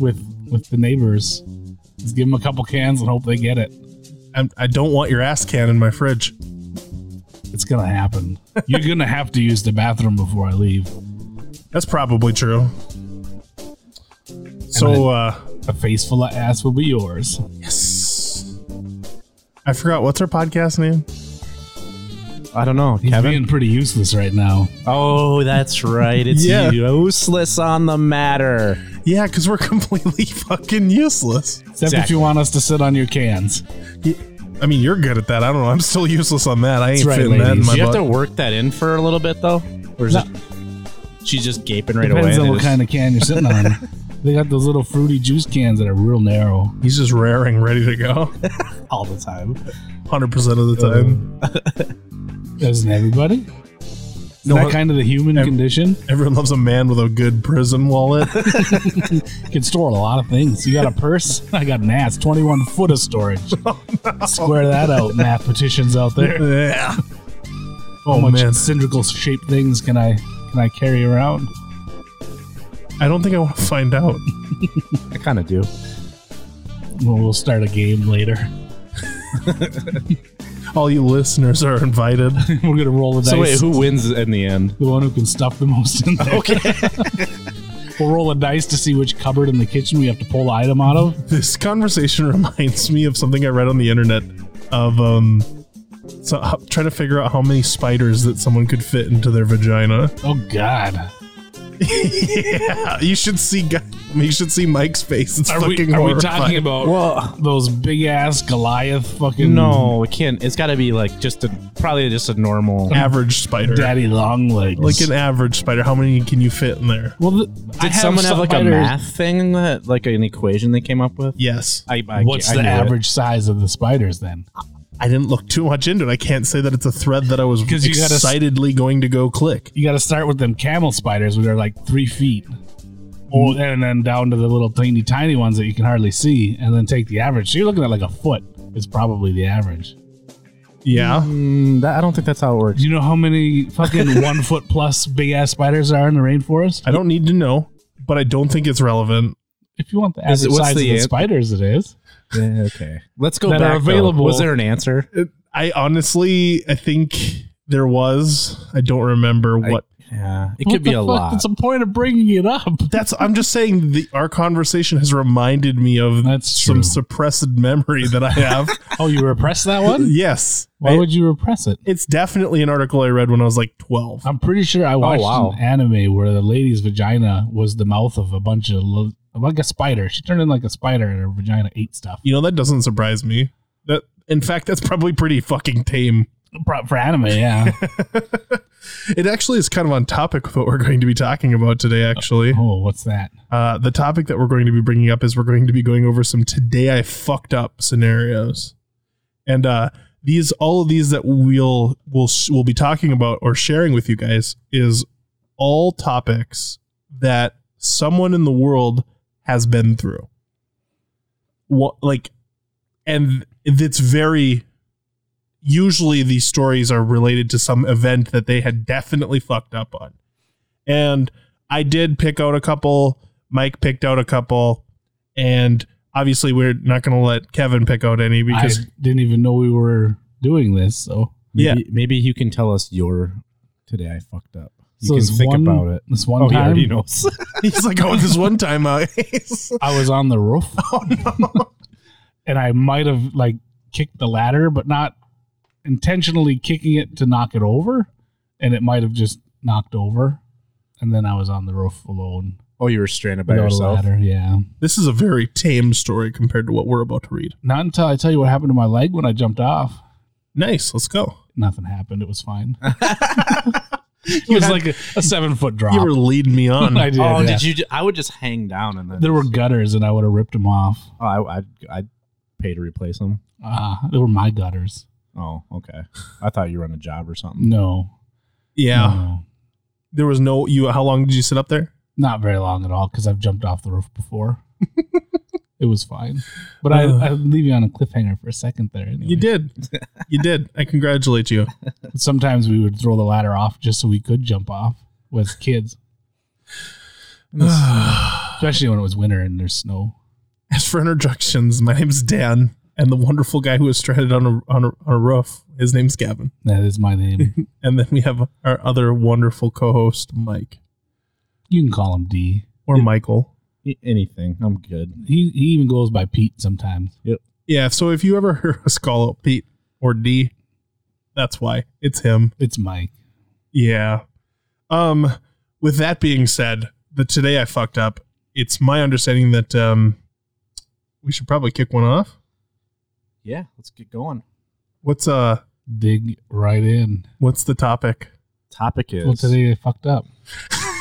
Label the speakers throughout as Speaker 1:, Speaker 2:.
Speaker 1: with with the neighbors. Just give them a couple cans and hope they get it.
Speaker 2: I'm, I don't want your ass can in my fridge.
Speaker 1: It's gonna happen. You're gonna have to use the bathroom before I leave.
Speaker 2: That's probably true. So, uh,
Speaker 1: A face full of ass will be yours.
Speaker 2: yes. I forgot what's our podcast name?
Speaker 3: I don't know.
Speaker 1: He's
Speaker 3: Oh, Kevin?
Speaker 1: being pretty useless right now.
Speaker 3: Oh, that's right. It's
Speaker 2: Yeah.
Speaker 3: useless on the matter.
Speaker 2: Yeah, because we're completely fucking useless.
Speaker 1: Except if
Speaker 3: Exactly.
Speaker 1: you want us to sit on your cans.
Speaker 2: I mean, you're good at that. I don't know. I'm still useless on that. I ain't
Speaker 1: right,
Speaker 2: fitting that in
Speaker 1: ladies.
Speaker 2: my
Speaker 3: Do you have
Speaker 2: butt.
Speaker 3: to work that in for a little bit though, or is
Speaker 1: No.
Speaker 3: it? She's just gaping right
Speaker 1: Depends
Speaker 3: away.
Speaker 1: on what kind of can you're sitting on. they got those little fruity juice cans that are real narrow
Speaker 2: He's just raring, ready to go,
Speaker 1: all the time.
Speaker 2: hundred percent of the time.
Speaker 1: Doesn't everybody? Is that kind of the human condition?
Speaker 2: Everyone loves a man with a good prison wallet.
Speaker 1: You can store a lot of things. You got a purse? I got an ass. 21 foot of storage. Square that out, mathematicians out there.
Speaker 2: yeah.
Speaker 1: How
Speaker 2: Oh
Speaker 1: much
Speaker 2: man,
Speaker 1: cylindrical shaped things can I can I carry around?
Speaker 2: I don't think I want to find out.
Speaker 3: I kind of do.
Speaker 1: Well, we'll start a game later.
Speaker 2: All you listeners are invited.
Speaker 1: We're gonna roll the dice.
Speaker 3: So wait, who wins in the end?
Speaker 1: the one who can stuff the most in there.
Speaker 3: Okay.
Speaker 1: We'll roll a dice to see which cupboard in the kitchen we have to pull the item out of.
Speaker 2: This conversation reminds me of something I read on the internet of um, so, uh, trying to figure out how many spiders that someone could fit into their vagina.
Speaker 1: Oh God!
Speaker 2: yeah, you should see. Guy, you should see Mike's face. It's
Speaker 1: Are we,
Speaker 2: fucking
Speaker 1: are we
Speaker 2: horrifying.
Speaker 1: talking about
Speaker 3: Well,
Speaker 1: those big ass Goliath fucking
Speaker 3: no, it can't. It's got to be like just a probably just a normal.
Speaker 2: average spider?
Speaker 1: daddy long legs?
Speaker 2: Like an average spider, how many can you fit in there?
Speaker 1: well, th- I
Speaker 3: Did someone have like a
Speaker 1: spiders-
Speaker 3: math thing that like an equation they came up with?
Speaker 2: Yes,
Speaker 3: I, I
Speaker 1: What's
Speaker 3: I
Speaker 1: the
Speaker 3: knew it.
Speaker 1: average size of the spiders then?
Speaker 2: I didn't look too much into it. I can't say that it's a thread that I was
Speaker 1: 'Cause you gotta s-
Speaker 2: excitedly going to go click.
Speaker 1: You got to start with them camel spiders, which are like three feet,
Speaker 3: Mm-hmm.
Speaker 1: or and then down to the little teeny tiny ones that you can hardly see, and then take the average. So you're looking at like a foot is probably the average.
Speaker 2: Yeah,
Speaker 3: Mm, that, I don't think that's how it works.
Speaker 1: Do you know how many fucking one foot plus big ass spiders there are in the rainforest?
Speaker 2: I don't need to know, but I don't think it's relevant.
Speaker 1: If you want the
Speaker 3: Is
Speaker 1: average
Speaker 3: it- what's
Speaker 1: size
Speaker 3: the
Speaker 1: of the
Speaker 3: an-
Speaker 1: spiders, it is.
Speaker 3: Yeah, okay, let's go
Speaker 1: That
Speaker 3: back.
Speaker 1: are
Speaker 3: though.
Speaker 1: available.
Speaker 3: Was there an answer?
Speaker 2: It- I honestly, I think there was. I don't remember
Speaker 3: I-
Speaker 2: what.
Speaker 3: Yeah, it
Speaker 1: What
Speaker 3: could be
Speaker 1: the
Speaker 3: a
Speaker 1: fuck?
Speaker 3: lot.
Speaker 1: What's the point of bringing it up?
Speaker 2: That's. I'm just saying. The, our conversation has reminded me of
Speaker 1: That's
Speaker 2: some
Speaker 1: true.
Speaker 2: suppressed memory that I have.
Speaker 1: Oh, you repress that one?
Speaker 2: yes,
Speaker 1: Why
Speaker 2: I-
Speaker 1: would you repress it?
Speaker 2: it's definitely an article I read when I was like 12.
Speaker 1: I'm pretty sure I watched
Speaker 3: Oh, wow.
Speaker 1: an anime where the lady's vagina was the mouth of a bunch of lo- like a spider. She turned in like a spider, and her vagina ate stuff.
Speaker 2: You know that doesn't surprise me. That in fact, that's probably pretty fucking tame.
Speaker 1: Pro- For anime, yeah.
Speaker 2: It actually is kind of on topic with what we're going to be talking about today, actually.
Speaker 1: oh, what's that?
Speaker 2: Uh, the topic that we're going to be bringing up is we're going to be going over some today I fucked up scenarios. And uh, these, all of these that we'll, we'll, we'll be talking about or sharing with you guys is all topics that someone in the world has been through. What, like, and it's very, usually these stories are related to some event that they had definitely fucked up on. And I did pick out a couple. Mike picked out a couple, and obviously we're not going to let Kevin pick out any because
Speaker 1: I didn't even know we were doing this. So,
Speaker 2: Yeah.
Speaker 3: Maybe, maybe you can tell us your today I fucked up. You
Speaker 1: so
Speaker 3: can
Speaker 1: this
Speaker 3: think
Speaker 1: one-
Speaker 3: about it.
Speaker 1: This one
Speaker 3: Oh, he
Speaker 1: time,
Speaker 3: already knows.
Speaker 2: he's like, "Oh, this one time, I oh,
Speaker 1: I was on the roof,
Speaker 3: Oh,
Speaker 2: no.
Speaker 1: and I might have like kicked the ladder, but not intentionally kicking it to knock it over, and it might have just knocked over, and then I was on the roof alone
Speaker 3: oh, you were stranded by
Speaker 1: without a
Speaker 3: yourself.
Speaker 1: ladder. Yeah,
Speaker 2: This is a very tame story compared to what we're about to read.
Speaker 1: not until I tell you what happened to my leg when I jumped off.
Speaker 2: Nice, let's go.
Speaker 1: Nothing happened. It was fine. it was
Speaker 2: had-
Speaker 1: like a, a seven foot drop.
Speaker 2: You were leading me on.
Speaker 1: I did.
Speaker 3: oh,
Speaker 1: yeah.
Speaker 3: did you? ju- I would just hang down and then
Speaker 1: There were gutters, and I would have ripped them off.
Speaker 3: Oh, I, I I'd pay to replace them.
Speaker 1: Uh, they were my gutters.
Speaker 3: Oh, okay. I thought you were on a job or something.
Speaker 1: No,
Speaker 2: yeah,
Speaker 1: no.
Speaker 2: there was no you. How long did you sit up there?
Speaker 1: not very long at all because I've jumped off the roof before. it was fine, but I,
Speaker 2: Uh.
Speaker 1: I leave you on a cliffhanger for a second there. Anyway.
Speaker 2: You did, you did. I congratulate you.
Speaker 1: Sometimes we would throw the ladder off just so we could jump off with kids. especially when it was winter and there's snow.
Speaker 2: As for introductions, my name's Dan, and the wonderful guy who was stranded on a, on a, on a roof, his name's Gavin.
Speaker 1: That is my name.
Speaker 2: And then we have our other wonderful co host, Mike,
Speaker 1: you can call him D.
Speaker 2: or Michael.
Speaker 3: E- Anything. I'm good.
Speaker 1: He he even goes by Pete sometimes.
Speaker 2: Yeah, so if you ever hear us call out Pete or D, that's why. It's him.
Speaker 1: It's Mike.
Speaker 2: Yeah. Um, with that being said, the today I fucked up. It's my understanding that um, we should probably kick one off.
Speaker 3: Yeah, let's get going.
Speaker 2: What's uh,
Speaker 1: Dig right in.
Speaker 2: what's the topic?
Speaker 3: Topic is
Speaker 1: Well, today they fucked up.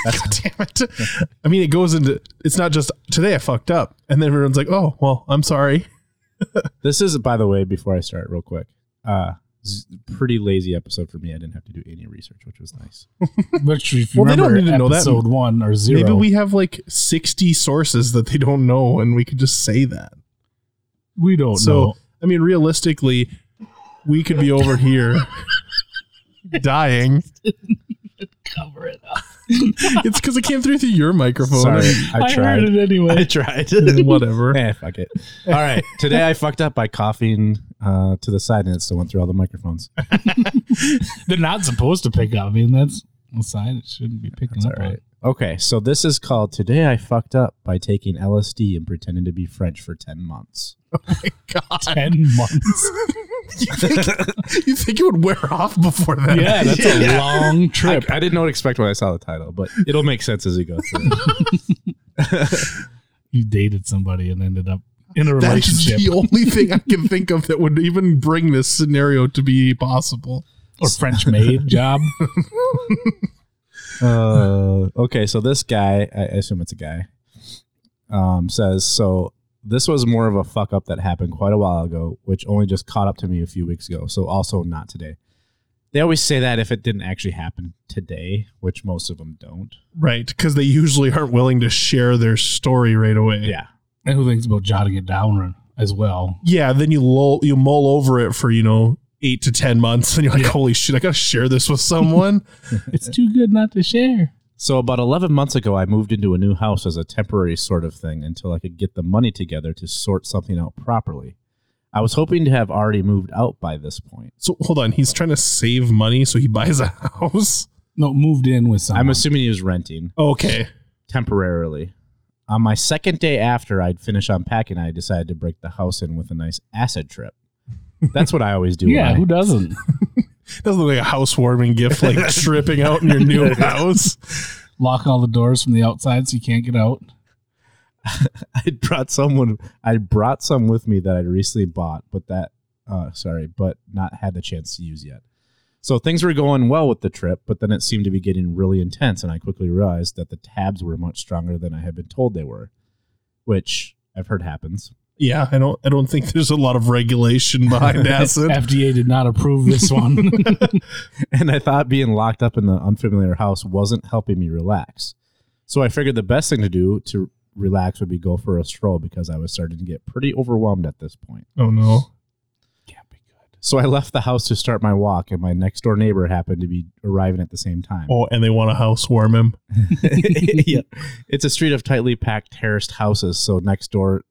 Speaker 2: God damn it! I mean, it goes into. It's not just today I fucked up, and then everyone's like, "Oh, well, I'm sorry."
Speaker 3: this is by the way before I start real quick. Uh this is a pretty lazy episode for me. I didn't have to do any research, which was nice.
Speaker 1: Which, if you
Speaker 2: Well, they don't
Speaker 1: remember
Speaker 2: need to know that.
Speaker 1: episode one or zero,
Speaker 2: Maybe we have like 60 sources that they don't know, and we could just say that.
Speaker 1: we don't
Speaker 2: so,
Speaker 1: know.
Speaker 2: I mean, realistically, we could be over here dying.
Speaker 1: Cover it up.
Speaker 2: It's because it came through through your microphone.
Speaker 3: Sorry,
Speaker 1: I,
Speaker 3: I
Speaker 1: heard
Speaker 3: tried.
Speaker 1: it
Speaker 3: I
Speaker 1: anyway.
Speaker 3: tried.
Speaker 2: Whatever.
Speaker 3: Eh, fuck it. All right. Today I fucked up by coughing uh, to the side and it still went through all the microphones.
Speaker 1: They're not supposed to pick up. I mean, that's a sign it shouldn't be picking
Speaker 3: That's
Speaker 1: up.
Speaker 3: all
Speaker 1: on.
Speaker 3: right. Okay, so this is called Today I Fucked Up by Taking LSD and Pretending to be French for 10 months.
Speaker 2: God.
Speaker 1: Ten months.
Speaker 2: You think, you think it would wear off before that?
Speaker 1: yeah, that's a long
Speaker 3: I,
Speaker 1: trip.
Speaker 3: I did not expect when I saw the title, but it'll make sense as we go through. it.
Speaker 1: you dated somebody and ended up in a
Speaker 2: That is
Speaker 1: relationship
Speaker 2: the only thing I can think of that would even bring this scenario to be possible.
Speaker 1: or French maid job.
Speaker 3: Uh, okay, so this guy, I assume it's a guy, um, says, So this was more of a fuck up that happened quite a while ago, which only just caught up to me a few weeks ago. So also not today. They always say that if it didn't actually happen today, which most of them don't.
Speaker 2: Right, because they usually aren't willing to share their story right away.
Speaker 3: Yeah.
Speaker 1: And who thinks about jotting it down as well?
Speaker 2: Yeah, then you lull, you mull over it for, you know, eight to 10 months, and you're like, holy shit, I got to share this with someone.
Speaker 1: It's too good not to share.
Speaker 3: So about 11 months ago, I moved into a new house as a temporary sort of thing until I could get the money together to sort something out properly. I was hoping to have already moved out by this point.
Speaker 2: so hold on, he's trying to save money, so he buys a house.
Speaker 1: No, moved in with someone.
Speaker 3: I'm assuming he was renting
Speaker 2: Okay.
Speaker 3: temporarily. On my second day after I'd finished unpacking, I decided to break the house in with a nice acid trip. That's what I always do. when
Speaker 1: yeah,
Speaker 3: I-
Speaker 1: who doesn't?
Speaker 2: That's like a housewarming gift, like tripping out in your new house.
Speaker 1: Lock all the doors from the outside so you can't get out.
Speaker 3: I brought someone. I brought some with me that I'd recently bought, but that uh, sorry, but not had the chance to use yet. So things were going well with the trip, but then it seemed to be getting really intense, and I quickly realized that the tabs were much stronger than I had been told they were, which I've heard happens.
Speaker 2: Yeah, I don't I don't think there's a lot of regulation behind acid.
Speaker 1: FDA did not approve this one.
Speaker 3: And I thought being locked up in the unfamiliar house wasn't helping me relax. So I figured the best thing to do to relax would be go for a stroll because I was starting to get pretty overwhelmed at this point.
Speaker 2: Oh no.
Speaker 1: can't be good.
Speaker 3: So I left the house to start my walk, and my next door neighbor happened to be arriving at the same time.
Speaker 2: Oh, and they want to housewarm him.
Speaker 3: yeah. It's a street of tightly packed terraced houses, so next door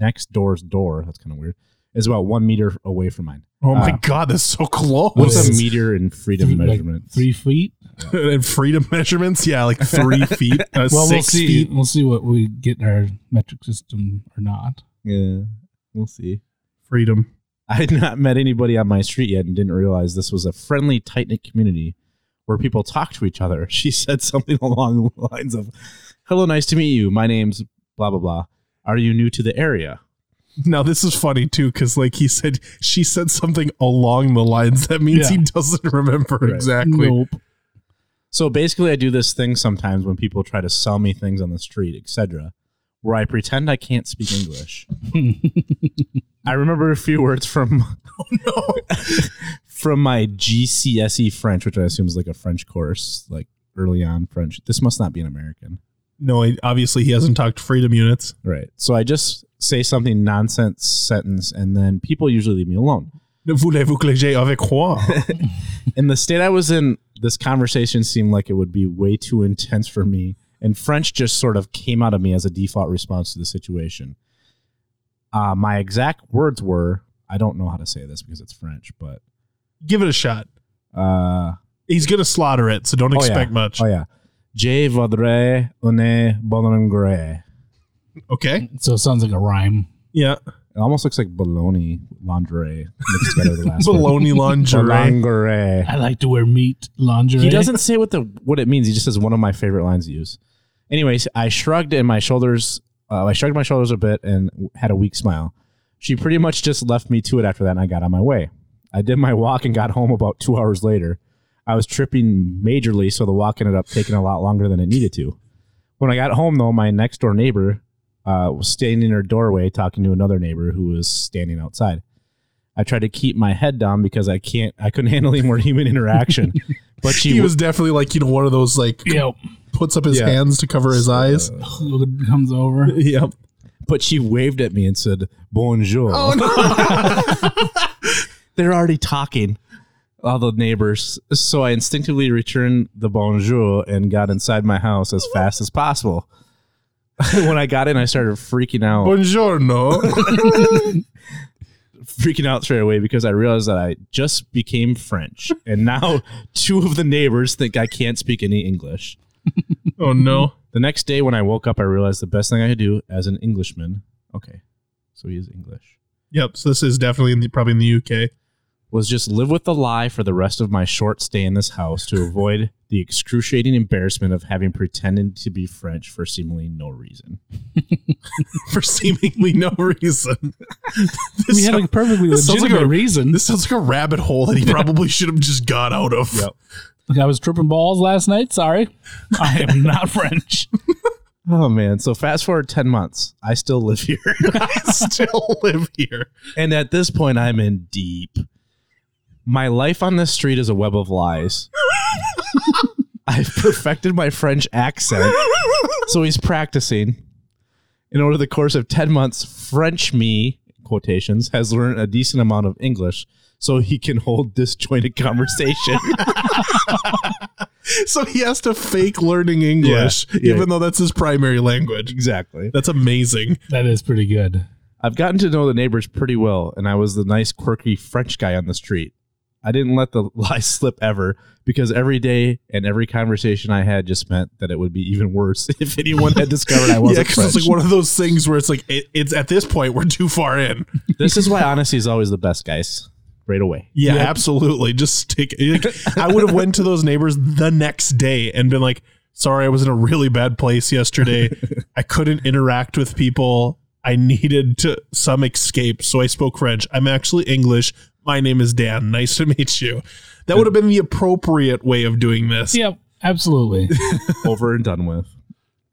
Speaker 3: next door's door, that's kind of weird, is about one meter away from mine.
Speaker 2: Oh my
Speaker 3: Ah.
Speaker 2: god, that's so close.
Speaker 3: What's a
Speaker 1: is-
Speaker 3: meter in freedom
Speaker 1: Three, like,
Speaker 3: measurement?
Speaker 1: three feet.
Speaker 2: and freedom measurements? Yeah, like three feet,
Speaker 1: Well,
Speaker 2: uh, 6
Speaker 1: we'll see.
Speaker 2: feet.
Speaker 1: We'll see what we get in our metric system or not.
Speaker 3: Yeah. We'll see.
Speaker 2: Freedom.
Speaker 3: I had not met anybody on my street yet and didn't realize this was a friendly, tight knit community where people talk to each other. She said something along the lines of, Hello, nice to meet you. My name's blah, blah, blah. Are you new to the area?
Speaker 2: Now this is funny too, because like he said, she said something along the lines. That means
Speaker 1: Yeah.
Speaker 2: he doesn't remember
Speaker 3: Right.
Speaker 2: exactly.
Speaker 1: Nope.
Speaker 3: So basically, I do this thing sometimes when people try to sell me things on the street, etc., where I pretend I can't speak English. I remember a few words from oh, from my GCSE E French, which I assume is like a French course, like early on French. This must not be an American,
Speaker 2: No, he- obviously he hasn't talked freedom units.
Speaker 3: right? So I just say something nonsense sentence, and then people usually leave me alone.
Speaker 2: Ne voulez-vous que j'aille avec quoi?
Speaker 3: in the state I was in, this conversation seemed like it would be way too intense for me, and French just sort of came out of me as a default response to the situation. Uh, my exact words were, I don't know how to say this because it's French, but
Speaker 2: Give it a shot.
Speaker 3: uh,
Speaker 2: He's gonna slaughter it, so don't
Speaker 3: Oh, yeah.
Speaker 2: expect much.
Speaker 3: oh yeah, je voudrais une bonne gré. mm.
Speaker 2: Okay.
Speaker 1: So it sounds like a rhyme.
Speaker 2: Yeah.
Speaker 3: It almost looks like bologna lingerie mixed together. with The last word.
Speaker 2: Bologna lingerie.
Speaker 3: Lingerie.
Speaker 1: I like to wear meat lingerie.
Speaker 3: He doesn't say what the what it means. He just says one of my favorite lines to use. Anyways, I shrugged and my shoulders. Uh, I shrugged my shoulders a bit and w- had a weak smile. She pretty much just left me to it after that, and I got on my way. I did my walk and got home about two hours later. I was tripping majorly, so the walk ended up taking a lot longer than it needed to. When I got home, though, my next door neighbor uh, was standing in her doorway talking to another neighbor who was standing outside. I tried to keep my head down because I can't. I couldn't handle any more human interaction. But she
Speaker 2: He
Speaker 3: wa-
Speaker 2: was definitely like you know one of those like
Speaker 1: Yep.
Speaker 2: puts up his
Speaker 3: Yeah.
Speaker 2: hands to cover his eyes.
Speaker 1: comes over.
Speaker 2: uh, Yep.
Speaker 3: but she waved at me and said, Bonjour.
Speaker 2: Oh no.
Speaker 3: They're already talking, all the neighbors. So I instinctively returned the bonjour and got inside my house as fast as possible. when I got in, I started freaking out,
Speaker 2: Buongiorno.
Speaker 3: freaking out straight away because I realized that I just became French. And now two of the neighbors think I can't speak any English.
Speaker 2: oh no.
Speaker 3: The next day when I woke up, I realized the best thing I could do as an Englishman. Okay. So he is English.
Speaker 2: Yep. So this is definitely in the, probably in the UK.
Speaker 3: was just live with the lie for the rest of my short stay in this house to avoid the excruciating embarrassment of having pretended to be French for seemingly no reason.
Speaker 2: for seemingly no reason. this,
Speaker 1: We had a
Speaker 2: sound-
Speaker 1: perfectly
Speaker 2: this sounds
Speaker 1: legitimate
Speaker 2: like a-
Speaker 1: reason.
Speaker 2: this sounds like a rabbit hole that he probably should have just got out of.
Speaker 3: Yep.
Speaker 1: Like I was tripping balls last night. Sorry, I am not French.
Speaker 3: Oh man, so fast forward 10 months, I still live here.
Speaker 2: I still live here.
Speaker 3: and at this point, I'm in deep. My life on this street is a web of lies. I've perfected my French accent, so he's practicing. And over the course of 10 months, French me, quotations, has learned a decent amount of English, so he can hold disjointed conversation.
Speaker 2: So he has to fake learning English,
Speaker 3: Yeah, yeah.
Speaker 2: even though that's his primary language.
Speaker 3: exactly.
Speaker 2: That's amazing.
Speaker 1: That is pretty good.
Speaker 3: I've gotten to know the neighbors pretty well, and I was the nice, quirky French guy on the street. I didn't let the lie slip ever because every day and every conversation I had just meant that it would be even worse if anyone had discovered I
Speaker 2: Yeah,
Speaker 3: wasn't
Speaker 2: because
Speaker 3: French.
Speaker 2: it's like one of those things where it's like it, it's at this point we're too far in.
Speaker 3: this is why honesty is always the best, guys. Right away.
Speaker 2: Yeah, absolutely. Just stick. Like, I would have went to those neighbors the next day and been like, "Sorry, I was in a really bad place yesterday. I couldn't interact with people. I needed to some escape, so I spoke French. I'm actually English. My name is Dan. Nice to meet you." That would have been the appropriate way of doing this.
Speaker 1: Yep, absolutely.
Speaker 3: Over and done with.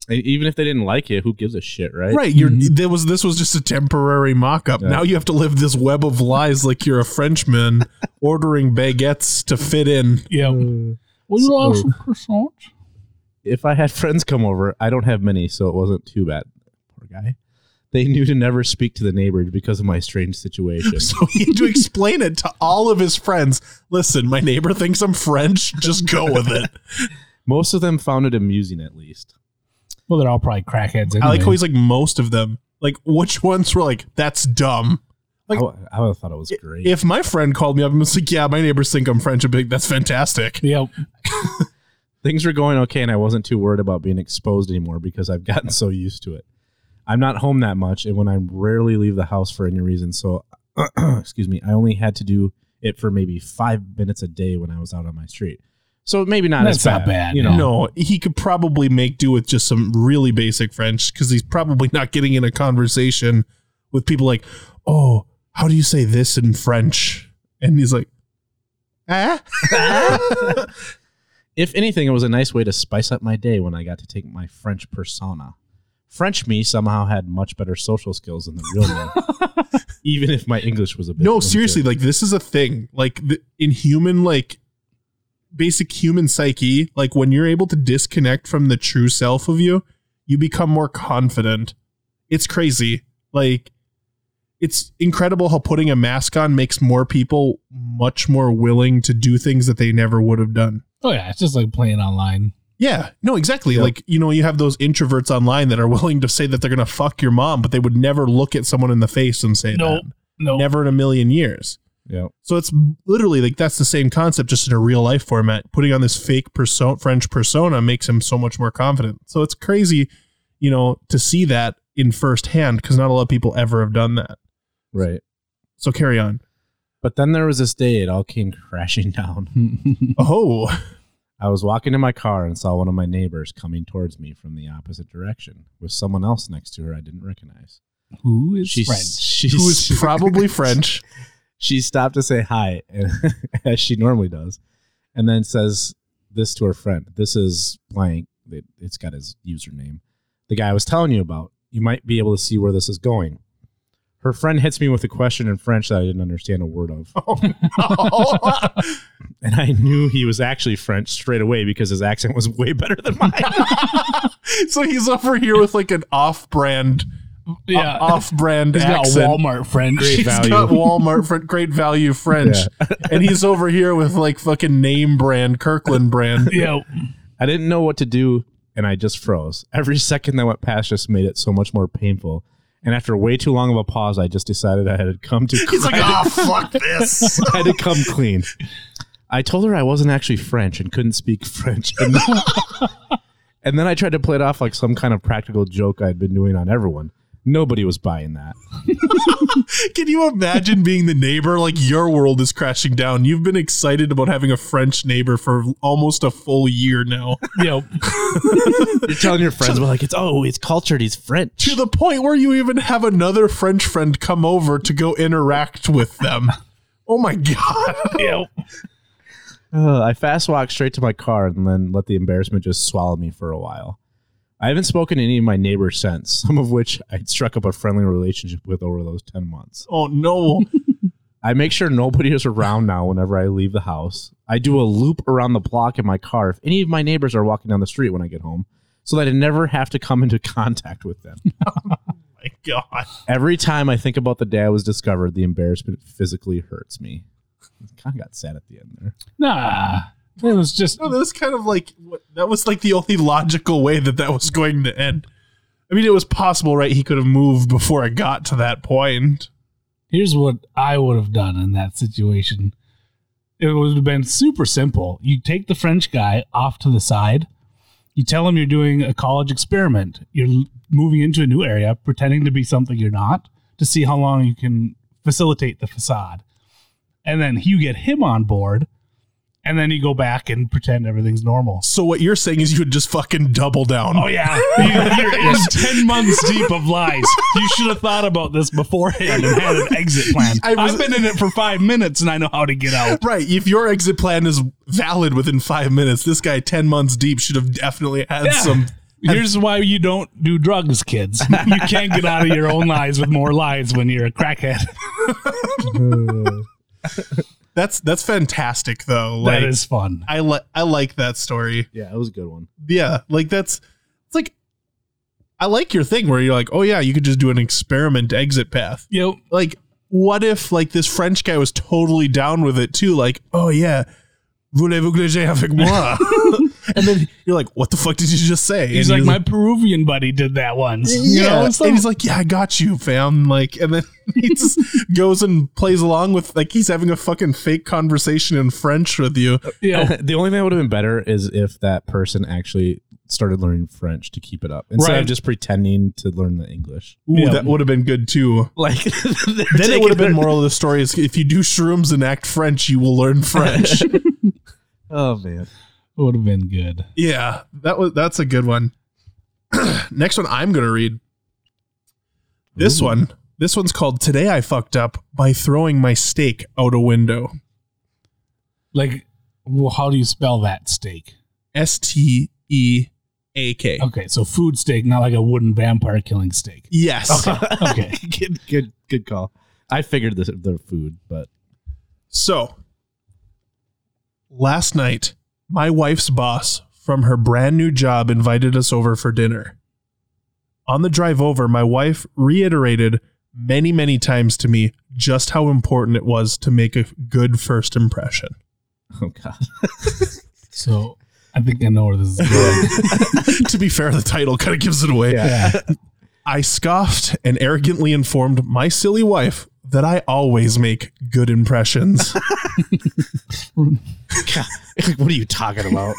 Speaker 3: And even if they didn't like it, who gives a shit, right?
Speaker 2: Right, you're, there was this was just a temporary mock-up. Now you have to live this web of lies like you're a Frenchman ordering baguettes to fit in.
Speaker 1: Yep. Would you like some croissants?
Speaker 3: If I had friends come over, I don't have many, so it wasn't too bad. Poor guy. They knew to never speak to the neighbors because of my strange situation.
Speaker 2: So he had to explain it to all of his friends. Listen, my neighbor thinks I'm French. Just go with it.
Speaker 3: Most of them found it amusing, at least.
Speaker 1: Well, they're all probably crackheads. Anyway.
Speaker 2: I like how he's like most of them. Like which ones were like that's dumb.
Speaker 3: I, w- I would've thought it was great.
Speaker 2: If my friend called me up and was like, "Yeah, my neighbors think I'm French," I'd be like, "That's fantastic."
Speaker 1: Yep.
Speaker 3: Things were going okay, and I wasn't too worried about being exposed anymore because I've gotten so used to it. I'm not home that much, and when I rarely leave the house for any reason, so excuse me, I only had to do it for maybe five minutes a day when I was out on my street. So maybe not as
Speaker 1: That's
Speaker 3: bad.
Speaker 1: not bad,
Speaker 3: you know.
Speaker 1: No.
Speaker 2: No, he could probably make do with just some really basic French because he's probably not getting in a conversation with people like, "Oh, how do you say this in French?" And he's like, "Ah."
Speaker 3: If anything, it was a nice way to spice up my day when I got to take my French persona. French me somehow had much better social skills than the real me, even if my English was a bit.
Speaker 2: no
Speaker 3: limited.
Speaker 2: seriously like this is a thing like th- in human like basic human psyche like when you're able to disconnect from the true self of you you become more confident it's crazy like it's incredible how putting a mask on makes more people much more willing to do things that they never would have done
Speaker 1: Oh yeah, it's just like playing online.
Speaker 2: Yeah, no, exactly.
Speaker 3: Yep.
Speaker 2: Like, you know, you have those introverts online that are willing to say that they're going to fuck your mom, but they would never look at someone in the face and say
Speaker 1: Nope.
Speaker 2: that.
Speaker 1: No,
Speaker 2: Never in a million years.
Speaker 3: Yeah.
Speaker 2: So it's literally like that's the same concept, just in a real life format. Putting on this fake persona, French persona makes him so much more confident. So it's crazy, you know, to see that in firsthand because not a lot of people ever have done that.
Speaker 3: Right.
Speaker 2: So carry on.
Speaker 3: But then there was this day it all came crashing down.
Speaker 2: Oh,
Speaker 3: I was walking to my car and saw one of my neighbors coming towards me from the opposite direction with someone else next to her I didn't recognize.
Speaker 1: who is
Speaker 3: She,
Speaker 1: French?
Speaker 3: She,
Speaker 2: who is probably French?
Speaker 3: she stopped to say hi, and, as she normally does, and then says this to her friend. This is blank. It, it's got his username. The guy I was telling you about. You might be able to see where this is going. Her friend hits me with a question in French that I didn't understand a word of.
Speaker 2: Oh, no.
Speaker 3: And I knew he was actually French straight away because his accent was way better than mine.
Speaker 2: so he's over here with like an off-brand,
Speaker 1: Yeah,
Speaker 2: off-brand
Speaker 1: Uh, he's got
Speaker 2: accent.
Speaker 1: Walmart French.
Speaker 3: Great
Speaker 2: He's
Speaker 3: value.
Speaker 2: got Walmart for great value French, and he's over here with like fucking name brand Kirkland brand.
Speaker 1: yeah,
Speaker 3: I didn't know what to do and I just froze. Every second that went past just made it so much more painful. And after way too long of a pause, I just decided I had come to
Speaker 2: He's like, ah, fuck this.
Speaker 3: I had to come clean. I told her I wasn't actually French and couldn't speak French. And, and then I tried to play it off like some kind of practical joke I'd been doing on everyone. Nobody was buying that.
Speaker 2: Can you imagine being the neighbor? Like your world is crashing down. You've been excited about having a French neighbor for almost a full year now,
Speaker 1: yeah.
Speaker 3: You're telling your friends, well, like, it's, oh, he's cultured, he's French.
Speaker 2: to the point where you even have another French friend come over to go interact with them. Oh my god!
Speaker 1: yeah.
Speaker 3: Uh, I fast walked straight to my car and then let the embarrassment just swallow me for a while. I haven't spoken to any of my neighbors since, some of which I'd struck up a friendly relationship with over those 10 months.
Speaker 2: Oh no!
Speaker 3: I make sure nobody is around now whenever I leave the house. I do a loop around the block in my car if any of my neighbors are walking down the street when I get home so that I never have to come into contact with them.
Speaker 2: My god!
Speaker 3: Every time I think about the day I was discovered, the embarrassment physically hurts me. Kind of got sad at the end there.
Speaker 1: Nah, it was just
Speaker 2: No, that was kind of like what- that was like the only logical way that that was going to end. I mean, it was possible, right? He could have moved before it got to that point.
Speaker 1: here's what I would have done in that situation. It would have been super simple. You take the French guy off to the side. You tell him you're doing a college experiment. You're l- moving into a new area, pretending to be something you're not, to see how long you can facilitate the facade. And then you get him on board, and then you go back and pretend everything's normal.
Speaker 2: So what you're saying is you would just fucking double down.
Speaker 1: Oh yeah, you're, you're in ten months deep of lies. You should have thought about this beforehand and had an exit plan.
Speaker 2: I was-
Speaker 1: I've been in it for five minutes and I know how to get out.
Speaker 2: Right, if your exit plan is valid within five minutes, this guy ten months deep should have definitely had some.
Speaker 1: Here's why you don't do drugs, kids. You can't get out of your own lies with more lies when you're a crackhead.
Speaker 2: That's that's fantastic though. Like
Speaker 1: that is fun.
Speaker 2: I like I like that story.
Speaker 3: Yeah, it was a good one.
Speaker 2: Yeah, like that's it's like I like your thing where you're like, oh yeah, you could just do an experiment exit path.
Speaker 1: You know,
Speaker 2: like what if like this French guy was totally down with it too? Like, oh yeah, voulez-vous que j'aille avec moi? and then you're like, what the fuck did you just say?
Speaker 1: he's
Speaker 2: and
Speaker 1: like my Peruvian buddy did that once. You
Speaker 2: yeah,
Speaker 1: know, so-
Speaker 2: and he's like, yeah, I got you, fam. Like, and then he just goes and plays along with like he's having a fucking fake conversation in French with you.
Speaker 1: you know,
Speaker 3: the only thing that would have been better is if that person actually started learning French to keep it up instead
Speaker 1: Right.
Speaker 3: of just pretending to learn the English.
Speaker 2: Ooh,
Speaker 1: Yeah.
Speaker 2: that would have been good too.
Speaker 3: Like
Speaker 2: Then it would have been moral of the story is if you do shrooms and act French, you will learn French.
Speaker 3: Oh man,
Speaker 1: would have been good.
Speaker 2: Yeah, that was that's a good one. Next one I'm gonna read. This one. This one's called Today I Fucked Up by Throwing My Steak Out a Window.
Speaker 1: Like, well, how do you spell that steak?
Speaker 2: S T E A K.
Speaker 1: Okay, so food steak, not like a wooden vampire killing steak.
Speaker 2: Yes.
Speaker 1: Okay.
Speaker 3: good, good, good call. I figured this the food, but
Speaker 2: So, last night, my wife's boss from her brand new job invited us over for dinner. On the drive over, my wife reiterated many, many times to me just how important it was to make a good first impression.
Speaker 3: oh god,
Speaker 1: So I think I know where this is going.
Speaker 2: to be fair, the title kind of gives it away.
Speaker 1: yeah.
Speaker 2: I scoffed and arrogantly informed my silly wife that I always make good impressions.
Speaker 3: what are you talking about?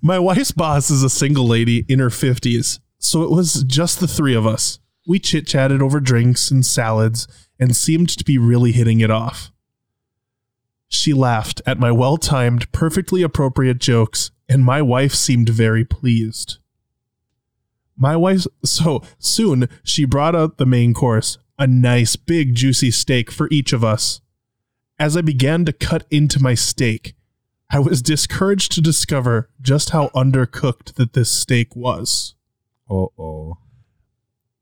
Speaker 2: my wife's boss is a single lady in her 50s, so it was just the three of us. We chit chatted over drinks and salads and seemed to be really hitting it off. She laughed at my well timed, perfectly appropriate jokes, and my wife seemed very pleased. My wife, so soon she brought out the main course, a nice big juicy steak for each of us. As I began to cut into my steak, I was discouraged to discover just how undercooked that this steak was.
Speaker 3: Oh, oh.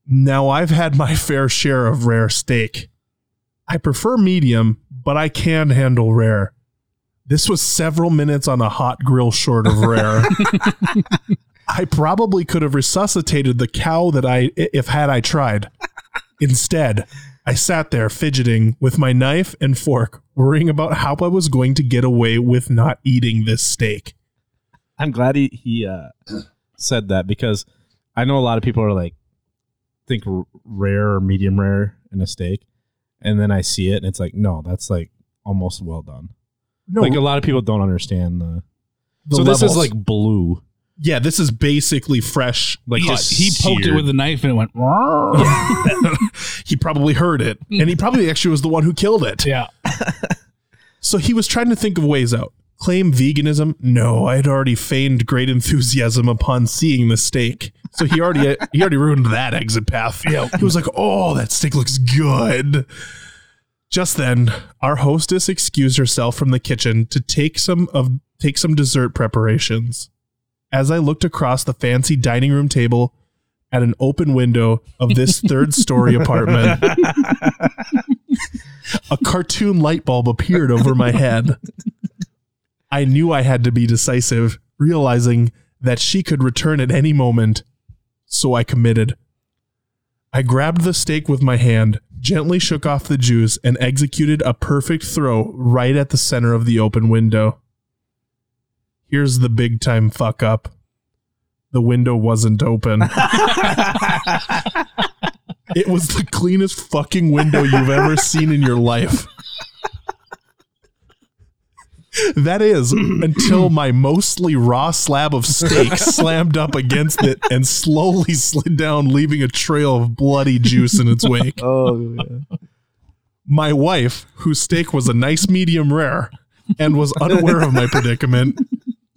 Speaker 2: Now I've had my fair share of rare steak. I prefer medium, but I can handle rare. This was several minutes on a hot grill short of rare. I probably could have resuscitated the cow that I if had I tried. Instead, I sat there fidgeting with my knife and fork, worrying about how I was going to get away with not eating this steak.
Speaker 3: I'm glad he, he uh, said that because I know a lot of people are like, think r- rare or medium rare in a steak. And then I see it and it's like, no, that's like almost well done.
Speaker 2: No,
Speaker 3: Like a lot of people don't understand the.
Speaker 2: the
Speaker 3: so this is
Speaker 2: levels.
Speaker 3: like blue.
Speaker 2: Yeah, this is basically fresh. Like
Speaker 1: He,
Speaker 2: hot
Speaker 1: just, he poked it
Speaker 2: seared.
Speaker 1: with a knife and it went. "Rawr."
Speaker 2: he probably heard it, and he probably actually was the one who killed it.
Speaker 1: yeah.
Speaker 2: So he was trying to think of ways out. Claim veganism? No, I had already feigned great enthusiasm upon seeing the steak. So he already he already ruined that exit path. Yeah, he was like, "Oh, that steak looks good." Just then, our hostess excused herself from the kitchen to take some of take some dessert preparations. As I looked across the fancy dining room table at an open window of this third story apartment, a cartoon light bulb appeared over my head. I knew I had to be decisive, realizing that she could return at any moment, so I committed. I grabbed the steak with my hand, gently shook off the juice, and executed a perfect throw right at the center of the open window. Here's the big time fuck up. The window wasn't open. it was the cleanest fucking window you've ever seen in your life. That is until my mostly raw slab of steak slammed up against it and slowly slid down, leaving a trail of bloody juice in its wake.
Speaker 3: Oh,
Speaker 2: My wife, whose steak was a nice medium rare and was unaware of my predicament,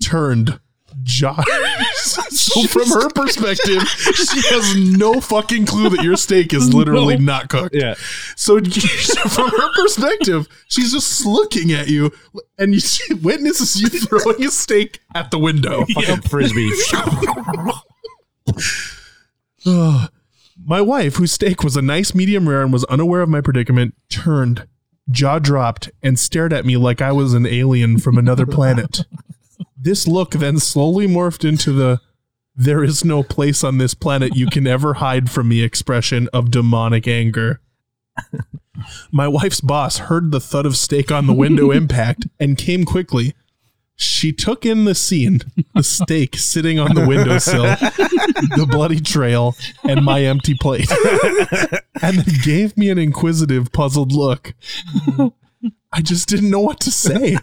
Speaker 2: turned. Josh. So, from her perspective, she has no fucking clue that your steak is literally not cooked.
Speaker 3: yeah.
Speaker 2: So, from her perspective, she's just looking at you and you, she witnesses you throwing a steak at the window.
Speaker 3: Fucking frisbee.
Speaker 2: Ugh. my wife, whose steak was a nice medium rare and was unaware of my predicament, turned, jaw dropped, and stared at me like I was an alien from another planet. this look then slowly morphed into the there is no place on this planet you can ever hide from me expression of demonic anger. My wife's boss heard the thud of steak on the window impact and came quickly. She took in the scene, the steak sitting on the windowsill, the bloody trail and my empty plate and then gave me an inquisitive puzzled look i just didn't know what to say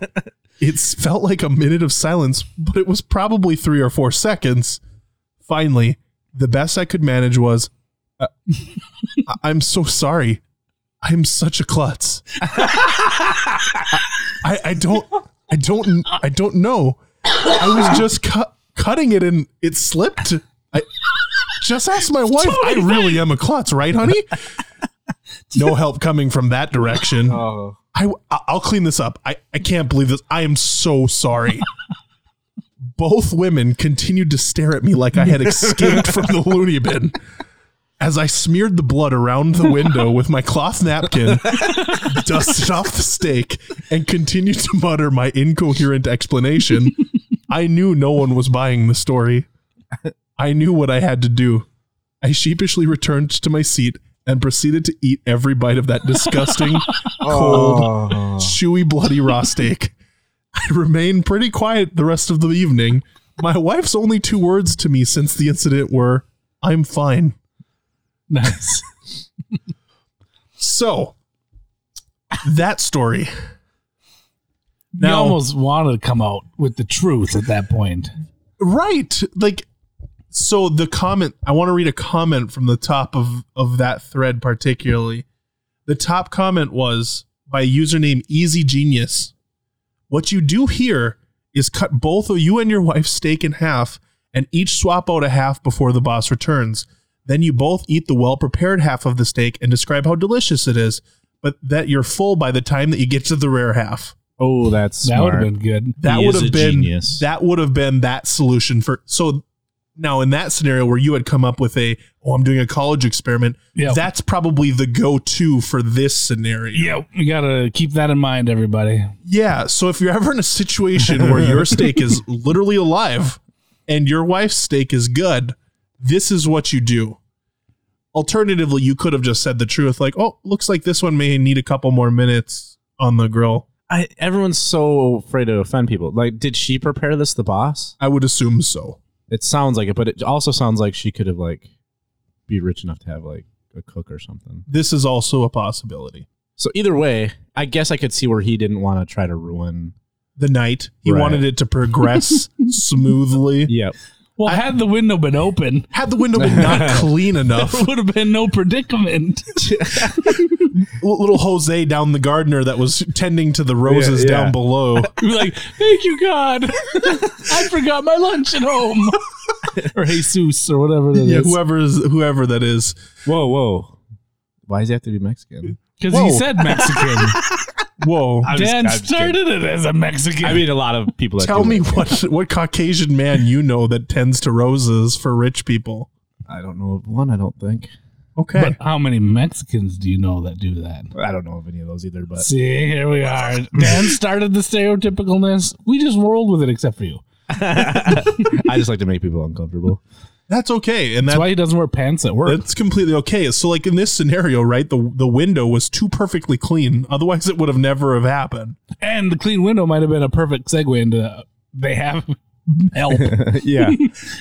Speaker 2: it felt like a minute of silence but it was probably three or four seconds finally the best i could manage was uh, I- i'm so sorry i'm such a klutz I, I don't i don't i don't know i was just cut cutting it and it slipped i just asked my wife i really am a klutz right honey no help coming from that direction
Speaker 3: oh.
Speaker 2: I I- I'll clean this up. I, I can't believe this. I am so sorry. Both women continued to stare at me like I had escaped from the loony bin. As I smeared the blood around the window with my cloth napkin, dusted off the steak, and continued to mutter my incoherent explanation, I knew no one was buying the story. I knew what I had to do. I sheepishly returned to my seat and proceeded to eat every bite of that disgusting, cold,
Speaker 3: Oh.
Speaker 2: chewy, bloody raw steak. I remained pretty quiet the rest of the evening My wife's only two words to me since the incident were, I'm fine.
Speaker 1: Nice.
Speaker 2: So, that story.
Speaker 1: you
Speaker 2: Now-
Speaker 1: almost wanted to come out with the truth at that point.
Speaker 2: Right. Like, so the comment, I want to read a comment from the top of, of that thread, particularly. The top comment was by username Easy Genius. What you do here is cut both of you and your wife's steak in half and each swap out a half before the boss returns. Then you both eat the well prepared half of the steak and describe how delicious it is, but that you're full by the time that you get to the rare half.
Speaker 3: Oh, that's
Speaker 1: That would
Speaker 3: smart.
Speaker 1: have been good.
Speaker 2: That
Speaker 3: He
Speaker 2: would
Speaker 3: is
Speaker 2: have
Speaker 3: a
Speaker 2: been
Speaker 3: genius.
Speaker 2: that would have been that solution for so now in that scenario where you had come up with a oh I'm doing a college experiment
Speaker 1: Yeah.
Speaker 2: that's probably the go to for this scenario
Speaker 1: Yeah, you gotta keep that in mind, everybody.
Speaker 2: yeah so if you're ever in a situation where your steak is literally alive and your wife's steak is good this is what you do alternatively you could have just said the truth like oh looks like this one may need a couple more minutes on the grill
Speaker 3: I, everyone's so afraid to offend people. Like, did she prepare this, the boss?
Speaker 2: I would assume so
Speaker 3: It sounds like it, but it also sounds like she could have, like, be rich enough to have, like, a cook or something.
Speaker 2: this is also a possibility
Speaker 3: So either way, I guess I could see where he didn't want to try to ruin.
Speaker 2: the night he
Speaker 3: Right.
Speaker 2: wanted it to progress smoothly
Speaker 3: Yep.
Speaker 1: Well, had the window been open,
Speaker 2: had the window been not clean enough,
Speaker 1: there would have been no predicament.
Speaker 2: l- little Jose down the gardener that was tending to the roses
Speaker 3: Yeah, yeah.
Speaker 2: down below,
Speaker 1: You'd be like, thank you, God. I forgot my lunch at home. or Jesus or whatever that
Speaker 2: yeah,
Speaker 1: is.
Speaker 2: whoever is whoever that is.
Speaker 3: Whoa, whoa. Why does he have to be Mexican?
Speaker 1: Because he
Speaker 2: Whoa.
Speaker 1: said Mexican.
Speaker 2: Whoa!
Speaker 4: I'm just-
Speaker 1: Dan
Speaker 4: I'm just kidding.
Speaker 1: started it as a Mexican.
Speaker 4: I mean, a lot of people. That
Speaker 2: Tell
Speaker 4: do
Speaker 2: me
Speaker 4: it.
Speaker 2: what what Caucasian man you know that tends to roses for rich people.
Speaker 3: I don't know of one. I don't think.
Speaker 2: Okay,
Speaker 1: but how many Mexicans do you know that do that?
Speaker 3: I don't know of any of those either. But
Speaker 1: See, here we are. Dan started the stereotypicalness. We just rolled with it, except for you.
Speaker 3: I just like to make people uncomfortable.
Speaker 2: that's okay, and
Speaker 1: That's
Speaker 2: that,
Speaker 1: why he doesn't wear pants at work.
Speaker 2: that's completely okay. So, like in this scenario, right? The the window was too perfectly clean; otherwise, it would have never have happened.
Speaker 1: And the clean window might have been a perfect segue into uh, they have help.
Speaker 3: yeah.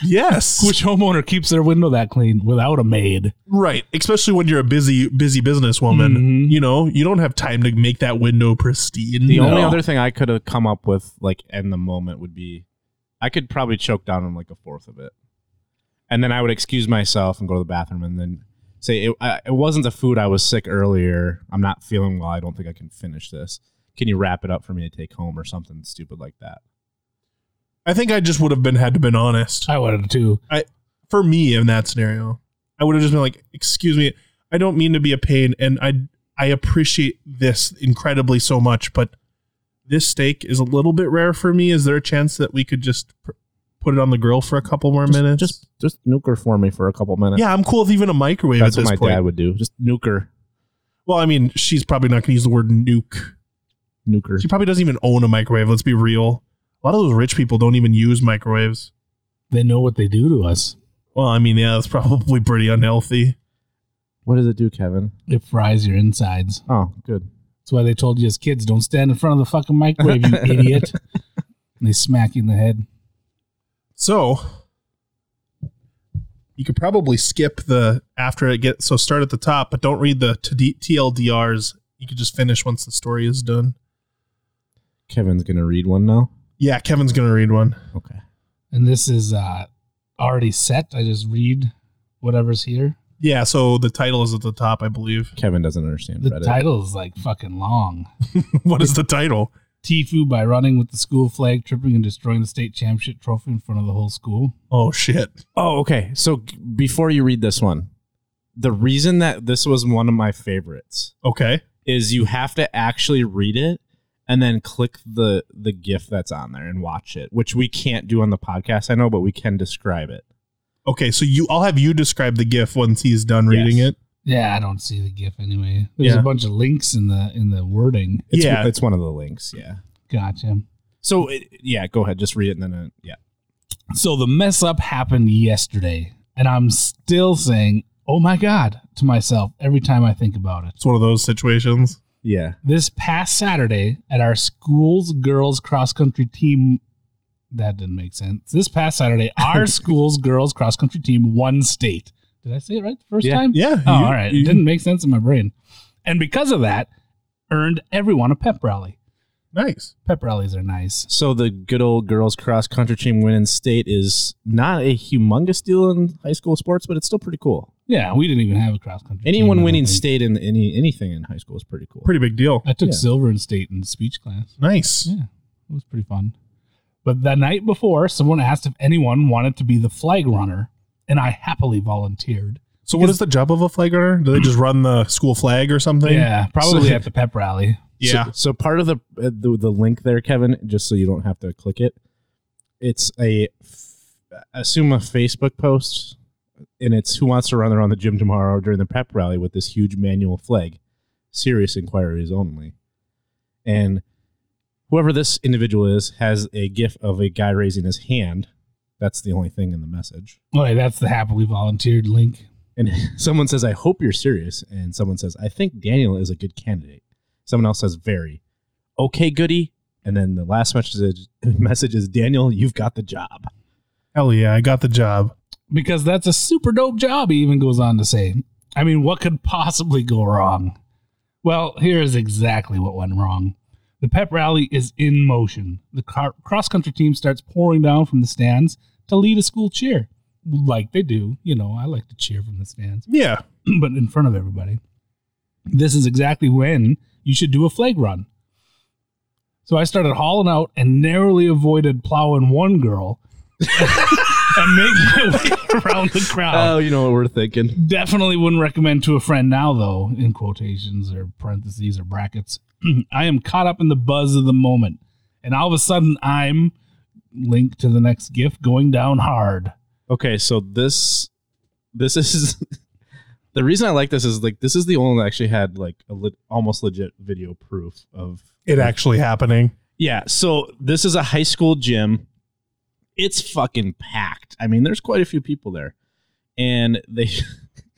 Speaker 2: Yes,
Speaker 1: Which homeowner keeps their window that clean without a maid?
Speaker 2: Right, especially when you're a busy busy businesswoman,
Speaker 1: Mhm.
Speaker 2: you know, you don't have time to make that window pristine.
Speaker 3: Mm-hmm. The
Speaker 2: No.
Speaker 3: only other thing I could have come up with, like in the moment, would be I could probably choke down on like a fourth of it, and then I would excuse myself and go to the bathroom, and then say it, I, it wasn't the food. I was sick earlier. I'm not feeling well. I don't think I can finish this. Can you wrap it up for me to take home or something stupid like that?
Speaker 2: I think I just would have been had to been honest.
Speaker 1: I wanted to.
Speaker 2: For me in that scenario, I would have just been like, "Excuse me, I don't mean to be a pain and I I appreciate this incredibly so much, but this steak is a little bit rare for me. Is there a chance that we could just pr- put it on the grill for a couple more
Speaker 3: Just,
Speaker 2: minutes?"
Speaker 3: just just nuke her for me for a couple minutes.
Speaker 2: yeah, I'm cool with even a microwave
Speaker 3: that's
Speaker 2: at this
Speaker 3: what my
Speaker 2: point.
Speaker 3: dad would do. Just nuke her,
Speaker 2: well, I mean, she's probably not going to use the word nuke.
Speaker 3: nuke her.
Speaker 2: She probably doesn't even own a microwave. Let's be real. A lot of those rich people don't even use microwaves.
Speaker 1: They know what they do to us.
Speaker 2: Well, I mean, yeah, that's probably pretty unhealthy.
Speaker 3: What does it do, Kevin?
Speaker 1: It fries your insides.
Speaker 3: Oh, good.
Speaker 1: That's why they told you as kids, don't stand in front of the fucking microwave, you idiot. And they smack you in the head.
Speaker 2: So you could probably skip the after it gets so start at the top, but don't read the TD TLDRs. You could just finish once the story is done.
Speaker 3: Kevin's gonna read one now.
Speaker 2: Yeah, Kevin's gonna read one.
Speaker 3: Okay.
Speaker 1: And this is uh, already set. I just read whatever's here.
Speaker 2: Yeah, so the title is at the top, I believe.
Speaker 3: Kevin doesn't understand
Speaker 1: The
Speaker 3: Reddit.
Speaker 1: title is like fucking long.
Speaker 2: what is the title?
Speaker 1: Tfue by running with the school flag, tripping and destroying the state championship trophy in front of the whole school.
Speaker 2: Oh shit!
Speaker 3: Oh, okay. So g- before you read this one, the reason that this was one of my favorites
Speaker 2: Okay,
Speaker 3: is you have to actually read it and then click the the gif that's on there and watch it, which we can't do on the podcast, I know, but we can describe it.
Speaker 2: okay. So you, I'll have you describe the GIF once he's done
Speaker 3: Yes.
Speaker 2: reading it.
Speaker 1: Yeah, I don't see the GIF anyway. There's
Speaker 2: Yeah.
Speaker 1: a bunch of links in the in the wording.
Speaker 3: It's,
Speaker 2: Yeah.
Speaker 3: it's one of the links. Yeah.
Speaker 1: Gotcha.
Speaker 3: So it, yeah, go ahead, just read it and then uh, yeah.
Speaker 1: So the mess up happened yesterday, and I'm still saying, "Oh my god" to myself every time I think about it.
Speaker 2: It's one of those situations.
Speaker 3: Yeah.
Speaker 1: This past Saturday at our school's girls cross country team That didn't make sense. This past Saturday, our school's girls cross country team won state. Did I say it right the first
Speaker 3: Yeah.
Speaker 1: time?
Speaker 2: Yeah.
Speaker 1: Oh,
Speaker 2: you-
Speaker 1: all right.
Speaker 2: you-
Speaker 1: It didn't make sense in my brain. And because of that, earned everyone a pep rally.
Speaker 2: nice.
Speaker 1: Pep rallies are nice.
Speaker 3: So the good old girls cross country team winning state is not a humongous deal in high school sports, but it's still pretty cool.
Speaker 1: Yeah, we didn't even have a cross country.
Speaker 3: Anyone
Speaker 1: team, I
Speaker 3: winning
Speaker 1: don't think.
Speaker 3: state in any anything in high school is pretty cool.
Speaker 2: Pretty big deal.
Speaker 1: I took
Speaker 3: Yeah.
Speaker 1: silver in state in speech class.
Speaker 2: Nice.
Speaker 1: Yeah, it was pretty fun. But the night before, someone asked if anyone wanted to be the flag runner, and I happily volunteered.
Speaker 2: So, what is the job of a flag runner? Do they just run the school flag or something?
Speaker 1: yeah, probably
Speaker 3: So-
Speaker 1: at the pep rally.
Speaker 3: So-
Speaker 2: Yeah.
Speaker 3: So, part of the, uh, the the link there, Kevin, just so you don't have to click it, it's a f- assume a Facebook post, and it's who wants to run around the gym tomorrow during the prep rally with this huge manual flag. Serious inquiries only, and whoever this individual is has a gif of a guy raising his hand. That's the only thing in the message.
Speaker 1: Boy, that's the happily volunteered link.
Speaker 3: And someone says, "I hope you're serious," and someone says, "I think Daniel is a good candidate." Someone else says, "Very." Okay, goody. And then the last message message is, "Daniel, you've got the job."
Speaker 2: Hell yeah. I got the job.
Speaker 1: Because that's a super dope job, he even goes on to say. I mean, what could possibly go wrong? Well, here is exactly what went wrong. The pep rally is in motion. The car- cross country team starts pouring down from the stands to lead a school cheer, like they do. You know, I like to cheer from the stands.
Speaker 2: Yeah.
Speaker 1: but in front of everybody. This is exactly when you should do a flag run. So I started hauling out and narrowly avoided plowing one girl and made my way around the crowd.
Speaker 3: Oh, you know what we're thinking.
Speaker 1: Definitely wouldn't recommend to a friend now, though, in quotations or parentheses or brackets. I am caught up in the buzz of the moment. And all of a sudden, I'm linked to the next gift going down hard.
Speaker 3: Okay, so this this is the reason I like this is like this is the only one that actually had like a le- almost legit video proof of
Speaker 2: It actually happening.
Speaker 3: Yeah, so this is a high school gym. It's fucking packed. I mean, there's quite a few people there. And they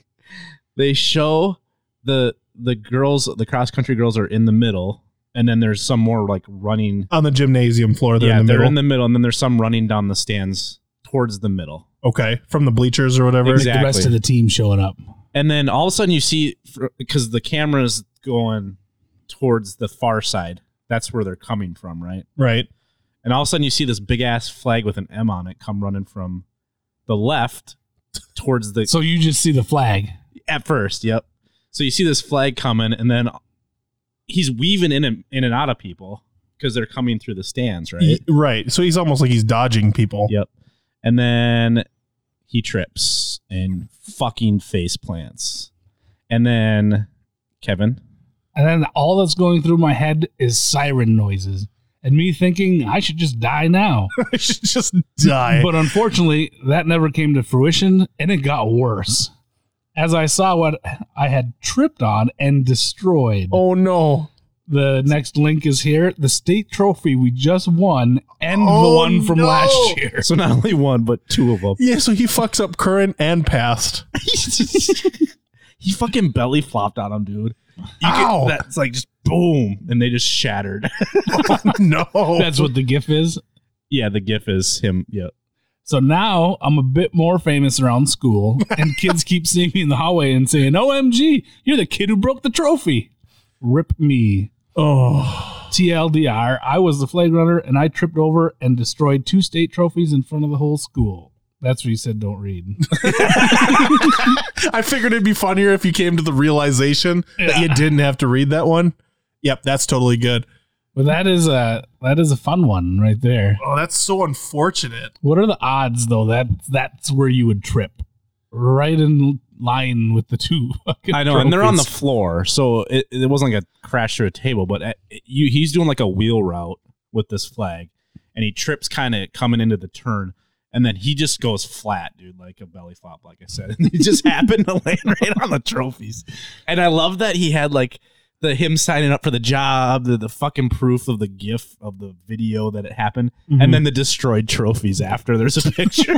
Speaker 3: they show the the girls, the cross country girls are in the middle, and then there's some more like running.
Speaker 2: On the gymnasium floor. They're
Speaker 3: yeah,
Speaker 2: in the
Speaker 3: they're
Speaker 2: middle.
Speaker 3: in the middle, and then there's some running down the stands towards the middle.
Speaker 2: okay. From the bleachers or whatever.
Speaker 3: Exactly.
Speaker 1: The rest of the team showing up.
Speaker 3: And then all of a sudden you see because the camera's going towards the far side. That's where they're coming from, right?
Speaker 2: Right.
Speaker 3: And all of a sudden, you see this big ass flag with an M on it come running from the left towards the.
Speaker 1: So you just see the flag.
Speaker 3: At first, yep. So you see this flag coming, and then he's weaving in and, in and out of people because they're coming through the stands, right?
Speaker 2: Y- Right. So he's almost like he's dodging people.
Speaker 3: Yep. And then he trips and fucking face plants. And then Kevin.
Speaker 1: And then all that's going through my head is siren noises and me thinking I should just die now.
Speaker 2: I should just die.
Speaker 1: but unfortunately, that never came to fruition and it got worse. As I saw what I had tripped on and destroyed.
Speaker 2: oh no.
Speaker 1: The next link is here the state trophy we just won and
Speaker 2: Oh,
Speaker 1: the one from
Speaker 2: no.
Speaker 1: last year.
Speaker 3: So not only one, but two of them.
Speaker 2: Yeah, so he fucks up current and past.
Speaker 3: he fucking belly flopped on him, dude. You could-
Speaker 2: Ow.
Speaker 3: that's like just boom, and they just shattered.
Speaker 2: no.
Speaker 1: That's what the GIF is.
Speaker 3: yeah, the GIF is him. Yeah,
Speaker 1: So now I'm a bit more famous around school, and kids keep seeing me in the hallway and saying, OMG, you're the kid who broke the trophy. Rip me.
Speaker 2: oh.
Speaker 1: TLDR, I was the flag runner and I tripped over and destroyed two state trophies in front of the whole school. That's what you said, don't read.
Speaker 2: I figured it'd be funnier if you came to the realization that you didn't have to read that one. Yep, that's totally good.
Speaker 1: but that is a that is a fun one right there.
Speaker 2: Oh, that's so unfortunate.
Speaker 1: What are the odds though that that's where you would trip? Right in line with the two. fucking
Speaker 3: I know, and they're on the
Speaker 1: trophies.
Speaker 3: floor, so it, it wasn't like a crash through a table, but uh you, he's doing like a wheel route with this flag, and he trips kind of coming into the turn. And then he just goes flat, dude, like a belly flop, like I said. And he just happened to land right on the trophies. And I love that he had like the him signing up for the job, the, the fucking proof of the gif of the video that it happened, and then the destroyed trophies after. There's a picture.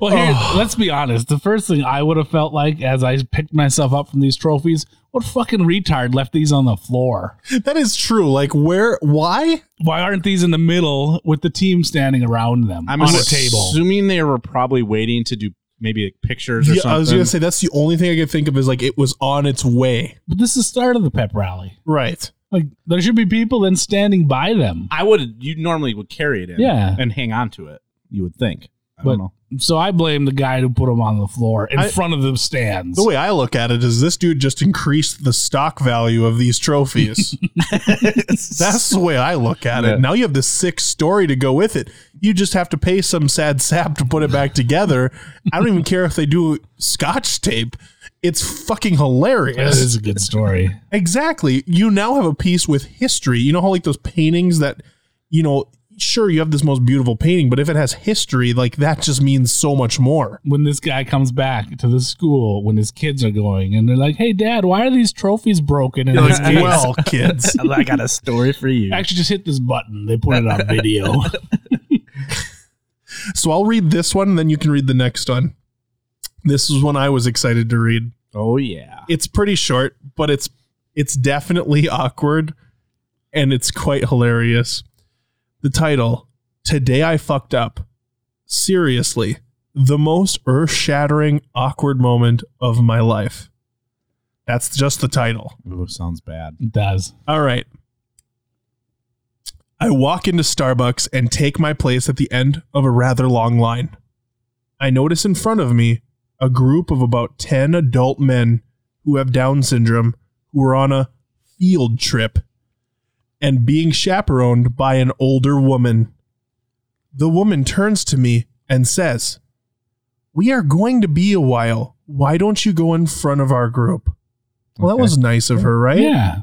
Speaker 1: Well, here, let's be honest. The first thing I would have felt like as I picked myself up from these trophies What fucking retard left these on the floor?
Speaker 2: That is true. Like where? Why?
Speaker 1: Why aren't these in the middle with the team standing around them
Speaker 3: I'm
Speaker 1: on a
Speaker 3: ass-
Speaker 1: table?
Speaker 3: assuming they were probably waiting to do maybe like pictures or
Speaker 2: Yeah,
Speaker 3: something.
Speaker 2: I was gonna say that's the only thing I could think of is like it was on its way.
Speaker 1: But this is the start of the pep rally.
Speaker 2: Right.
Speaker 1: Like there should be people then standing by them.
Speaker 3: I would. You normally would carry it in,
Speaker 1: Yeah.
Speaker 3: and hang on to it. You would think. I
Speaker 1: But-
Speaker 3: don't know.
Speaker 1: So I blame the guy who put them on the floor in
Speaker 2: I-
Speaker 1: front of the stands.
Speaker 2: The way I look at it is this dude just increased the stock value of these trophies. That's the way I look at it.
Speaker 3: Yeah.
Speaker 2: Now you have the sick story to go with it. You just have to pay some sad sap to put it back together. I don't even care if they do scotch tape. It's fucking
Speaker 1: that
Speaker 2: hilarious.
Speaker 1: is a good story.
Speaker 2: Exactly. You now have a piece with history. You know how like those paintings that, you know, sure you have this most beautiful painting, but if it has history, like that just means so much more.
Speaker 1: when this guy comes back to the school when his kids are going and they're like, "Hey, Dad, why are these trophies broken?" And
Speaker 2: You're
Speaker 1: his
Speaker 2: like,
Speaker 1: kids
Speaker 2: well, kids.
Speaker 3: I got a story for you.
Speaker 1: actually just hit this button. They put it on video.
Speaker 2: So I'll read this one and then you can read the next one. This is one I was excited to read.
Speaker 3: Oh yeah.
Speaker 2: It's pretty short, but it's it's definitely awkward and it's quite hilarious. The title, Today I Fucked Up. Seriously, the most earth-shattering awkward moment of my life. That's just the title.
Speaker 3: Ooh, sounds bad.
Speaker 1: it does.
Speaker 2: All right. I walk into Starbucks and take my place at the end of a rather long line. I notice in front of me a group of about 10 adult men who have Down syndrome who are on a field trip and being chaperoned by an older woman. The woman turns to me and says, We are going to be a while. Why don't you go in front of our group? Well, that
Speaker 3: Okay.
Speaker 2: was nice of her, right?
Speaker 1: Yeah.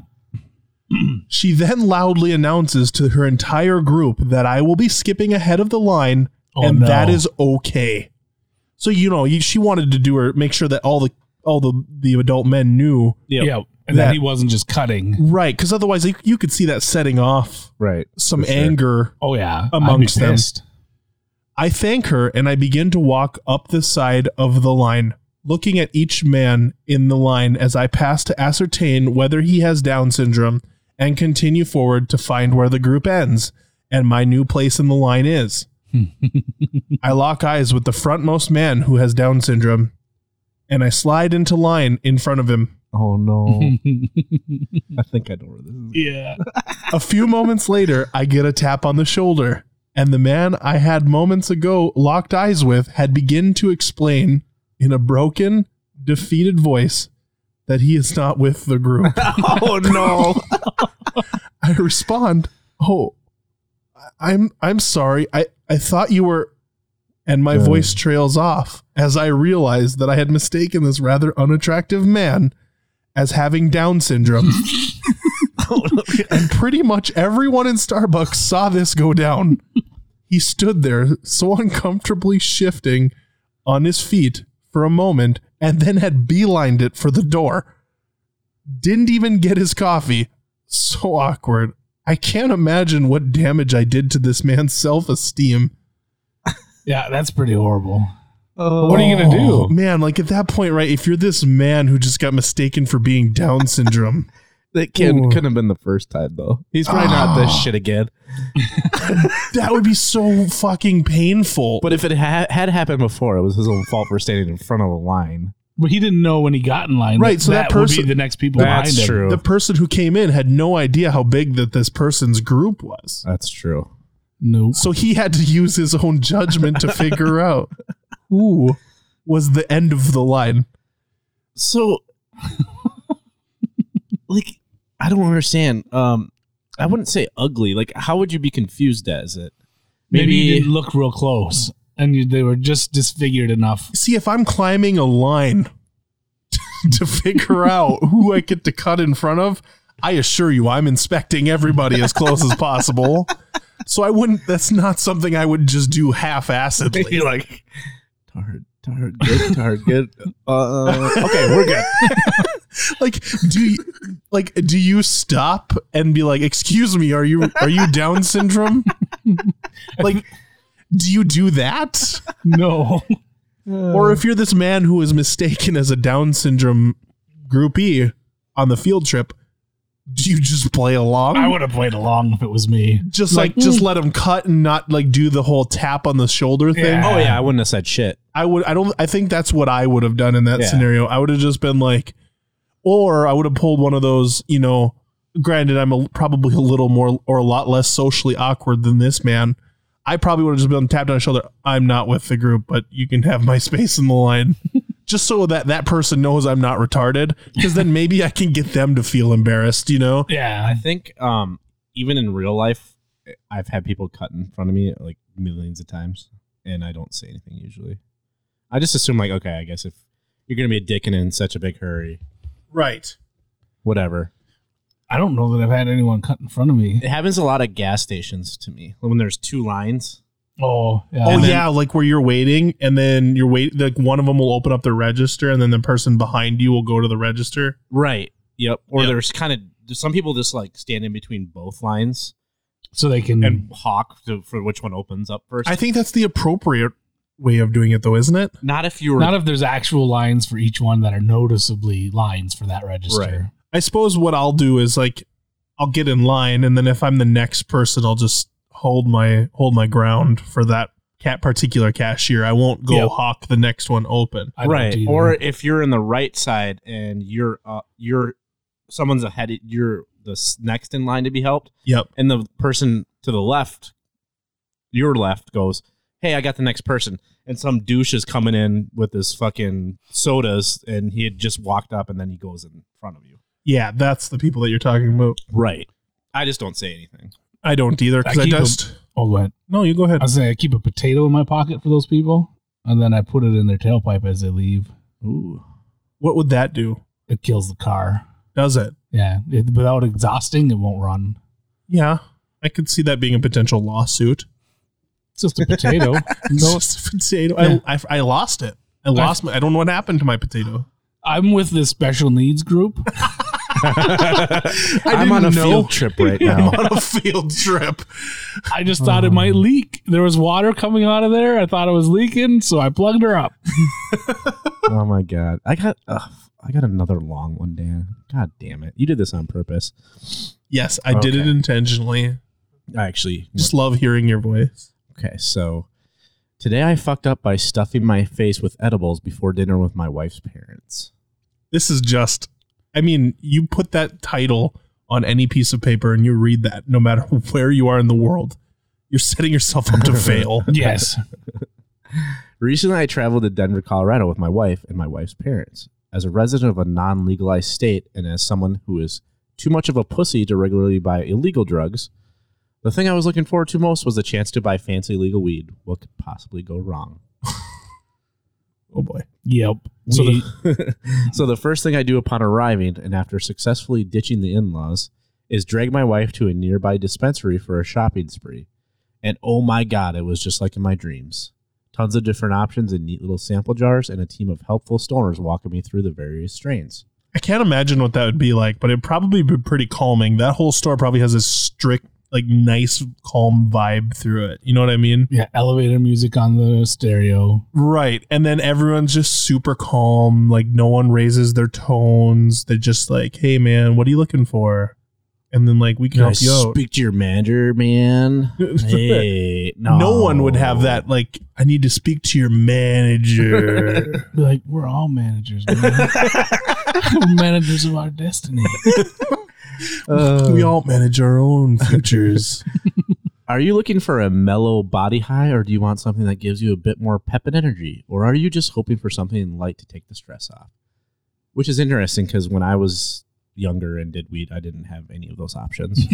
Speaker 2: She then loudly announces to her entire group that I will be skipping ahead of the line
Speaker 1: Oh,
Speaker 2: and
Speaker 1: no.
Speaker 2: that is okay. So you know, you- she wanted to do her make sure that all the all the the adult men knew
Speaker 3: Yep.
Speaker 1: Yeah, and that
Speaker 2: That-
Speaker 1: he wasn't just cutting.
Speaker 2: right because otherwise you, you could see that setting off
Speaker 3: Right.
Speaker 2: some
Speaker 3: For sure.
Speaker 2: anger.
Speaker 1: Oh yeah,
Speaker 2: Amongst
Speaker 1: I'd be
Speaker 2: them.
Speaker 1: pissed.
Speaker 2: I thank her and I begin to walk up the side of the line, looking at each man in the line as I pass to ascertain whether he has Down syndrome and continue forward to find where the group ends and my new place in the line is. I lock eyes with the frontmost man who has Down syndrome and I slide into line in front of him.
Speaker 3: Oh no. I think I know where this is.
Speaker 1: yeah.
Speaker 2: A few moments later, I get a tap on the shoulder, and the man I had moments ago locked eyes with had begun to explain in a broken, defeated voice that he is not with the group.
Speaker 3: Oh no.
Speaker 2: I respond, "Oh, I- I'm I'm sorry. I I thought you were." And my
Speaker 3: Yeah.
Speaker 2: voice trails off as I realize that I had mistaken this rather unattractive man as having Down syndrome.
Speaker 3: Oh.
Speaker 2: and pretty much everyone in Starbucks saw this go down. He stood there, so uncomfortably shifting on his feet for a moment, and then had beelined it for the door. Didn't even get his coffee. So awkward. I can't imagine what damage I did to this man's self esteem.
Speaker 1: Yeah, that's pretty horrible.
Speaker 3: oh.
Speaker 1: What are you gonna do?
Speaker 2: Man, like at that point, right? If you're this man who just got mistaken for being Down syndrome,
Speaker 3: That
Speaker 2: Ooh.
Speaker 3: kid couldn't have been the first time though. He's probably not
Speaker 1: Ah.
Speaker 3: this shit again.
Speaker 2: that would be so fucking painful.
Speaker 3: But if it ha- had happened before, it was his own fault for standing in front of the line.
Speaker 1: But he didn't know when he got in line.
Speaker 2: Right, so that
Speaker 1: would
Speaker 2: person-
Speaker 1: be the next people behind him.
Speaker 2: the person who came in had no idea how big that this person's group was.
Speaker 3: That's true.
Speaker 1: Nope.
Speaker 2: So he had to use his own judgment to figure out who was the end of the line.
Speaker 3: So, like, I don't understand. Um, I wouldn't say ugly. Like, how would you be confused as it?
Speaker 1: Maybe, you
Speaker 3: Maybe-
Speaker 1: didn't look real close, and you, they were just disfigured enough.
Speaker 2: See, if I'm climbing a line to figure out who I get to cut in front of, I assure you I'm inspecting everybody as close as possible. So I wouldn't that's not something I would just do half-assedly.
Speaker 3: You're like, tard, tard, good, tard, good. Uh, okay, we're good.
Speaker 2: like do you like do you stop and be like excuse me are you are you down syndrome like do you do that
Speaker 1: No.
Speaker 2: or if you're this man who is mistaken as a down syndrome groupie on the field trip, do you just play along?
Speaker 1: I would have played along if it was me.
Speaker 2: just like, just let him cut and not like do the whole tap on the shoulder thing.
Speaker 1: Yeah.
Speaker 3: Oh yeah, I wouldn't have said shit.
Speaker 2: I would I don't I think that's what I would have done in that
Speaker 3: Yeah.
Speaker 2: scenario. I would have just been like or I would have pulled one of those, you know, granted I'm a, probably a little more or a lot less socially awkward than this man. I probably would have just been tapped on the shoulder. I'm not with the group, but you can have my space in the line. just so that that person knows I'm not retarded because then maybe I can get them to feel embarrassed, you know.
Speaker 1: Yeah.
Speaker 3: I think um, even in real life, I've had people cut in front of me like millions of times, and I don't say anything usually. I just assume like, okay, I guess if you're gonna be a dick and in such a big hurry,
Speaker 2: Right.
Speaker 3: whatever.
Speaker 1: I don't know that I've had anyone cut in front of me.
Speaker 3: It happens a lot at gas stations to me when there's two lines.
Speaker 1: Oh, yeah.
Speaker 2: Oh
Speaker 1: And then-
Speaker 2: yeah, like where you're waiting, and then you're wait. Like one of them will open up the register, and then the person behind you will go to the register.
Speaker 3: Right. Yep. Or
Speaker 2: Yep.
Speaker 3: there's kind of some people just like stand in between both lines
Speaker 1: So they can.
Speaker 3: and hawk to, for which one opens up first.
Speaker 2: I think that's the appropriate way of doing it, though, isn't it?
Speaker 3: not if you were
Speaker 1: not if there's actual lines for each one that are noticeably lines for that
Speaker 3: Right.
Speaker 1: register.
Speaker 2: I suppose what I'll do is like I'll get in line, and then if I'm the next person, I'll just hold my hold my ground for that cat particular cashier. I won't go
Speaker 3: Yep.
Speaker 2: hawk the next one open.
Speaker 1: I don't
Speaker 3: right
Speaker 1: do
Speaker 3: or
Speaker 1: that.
Speaker 3: if you're in the right side and you're uh, you're someone's ahead of- you're the s- next in line to be helped
Speaker 2: Yep.
Speaker 3: and the person to the left your left goes hey i got the next person and some douche is coming in with his fucking sodas and he had just walked up and then he goes in front of you
Speaker 2: Yeah, that's the people that you're talking about.
Speaker 3: right i just don't say anything
Speaker 2: I don't either because
Speaker 1: I
Speaker 2: I,
Speaker 1: keep 'em-
Speaker 2: just.
Speaker 1: oh, go ahead.
Speaker 2: No, you go ahead.
Speaker 1: I was saying I keep a potato in my pocket for those people, and then I put it in their tailpipe as they leave.
Speaker 3: ooh
Speaker 2: What would that do?
Speaker 1: It kills the car.
Speaker 2: Does it?
Speaker 1: Yeah, it, without exhausting, it won't run.
Speaker 2: Yeah, I could see that being a potential lawsuit.
Speaker 1: It's just a potato.
Speaker 2: No
Speaker 1: no,
Speaker 2: potato.
Speaker 1: Yeah.
Speaker 2: I, I, I lost it. I lost my. I don't know what happened to my potato.
Speaker 1: I'm with this special needs group.
Speaker 2: I
Speaker 3: i'm on a
Speaker 2: didn't know.
Speaker 3: field trip right
Speaker 2: I'm
Speaker 3: now
Speaker 2: on a field trip.
Speaker 1: I just
Speaker 3: Oh.
Speaker 1: thought it might leak. There was water coming out of there. I thought it was leaking, so I plugged her up.
Speaker 3: oh my god i got uh, i got another long one dan god damn it you did this on purpose
Speaker 2: Yes, I did it
Speaker 3: Okay.
Speaker 2: intentionally.
Speaker 3: i actually
Speaker 2: Just love hearing your voice.
Speaker 3: Okay, so today I fucked up by stuffing my face with edibles before dinner with my wife's parents.
Speaker 2: This is just. I mean, you put that title on any piece of paper and you read that, no matter where you are in the world, you're setting yourself up to fail.
Speaker 1: Yes.
Speaker 3: Recently, I traveled to Denver, Colorado with my wife and my wife's parents. As a resident of a non legalized state and as someone who is too much of a pussy to regularly buy illegal drugs, the thing I was looking forward to most was the chance to buy fancy legal weed. What could possibly go wrong?
Speaker 2: Oh boy.
Speaker 1: Yep.
Speaker 3: So
Speaker 1: We-
Speaker 3: the, so the first thing I do upon arriving and after successfully ditching the in-laws is drag my wife to a nearby dispensary for a shopping spree. And oh my god, it was just like in my dreams. Tons of different options in neat little sample jars and a team of helpful stoners walking me through the various strains.
Speaker 2: I can't imagine what that would be like, but it'd probably be pretty calming. That whole store probably has a strict, like, nice, calm vibe through it. You know what I mean?
Speaker 1: yeah, elevator music on the stereo.
Speaker 2: Right. And then everyone's just super calm. Like, no one raises their tones. They're just like, hey, man, what are you looking for? And then, like, we can help you out.
Speaker 3: speak to your manager, man? hey, no.
Speaker 2: no. one would have that, like, I need to speak to your manager.
Speaker 1: Be like, we're all managers, man. we're managers of our destiny.
Speaker 3: Uh,
Speaker 2: we all manage our own futures.
Speaker 3: Are you looking for a mellow body high, or do you want something that gives you a bit more pep and energy? Or are you just hoping for something light to take the stress off? Which is interesting because when I was younger and did weed, I didn't have any of those options.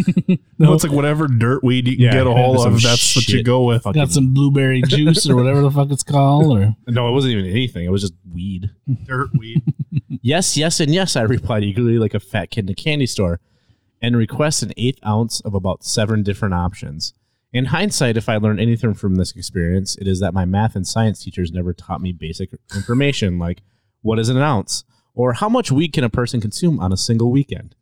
Speaker 2: no, it's like whatever dirt weed you can
Speaker 3: Yeah,
Speaker 2: get a
Speaker 3: some
Speaker 2: hold of, that's what you
Speaker 3: shit.
Speaker 2: go with.
Speaker 3: Fucking-
Speaker 1: Got some blueberry juice or whatever the fuck it's called, or
Speaker 3: no, it wasn't even anything. It was just weed.
Speaker 2: Dirt weed.
Speaker 3: Yes, yes, and yes, I replied eagerly like a fat kid in a candy store and request an eighth ounce of about seven different options. In hindsight, if I learned anything from this experience, it is that my math and science teachers never taught me basic information like what is an ounce or how much weed can a person consume on a single weekend.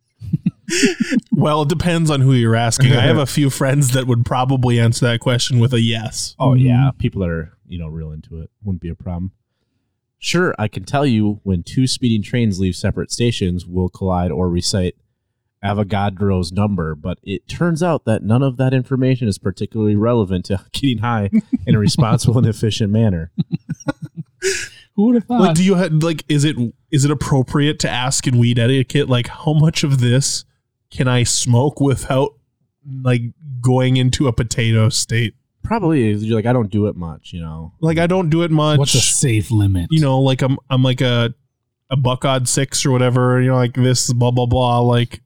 Speaker 2: Well, it depends on who you're asking. I have a few friends that would probably answer that question with a yes.
Speaker 3: Mm-hmm. Oh yeah, people are you know real into it. Wouldn't be a problem. Sure, I can tell you when two speeding trains leave separate stations will collide or recite Avogadro's number, but it turns out that none of that information is particularly relevant to getting high in a responsible and efficient manner.
Speaker 1: Who would have thought?
Speaker 2: like do you have like is it is it appropriate to ask in weed etiquette like how much of this can i smoke without like going into a potato state
Speaker 3: Probably you're like I don't do it much, you know.
Speaker 2: like i don't do it much
Speaker 1: What's a safe limit?
Speaker 2: you know like i'm i'm like a a buck odd six or whatever you know like this blah blah blah like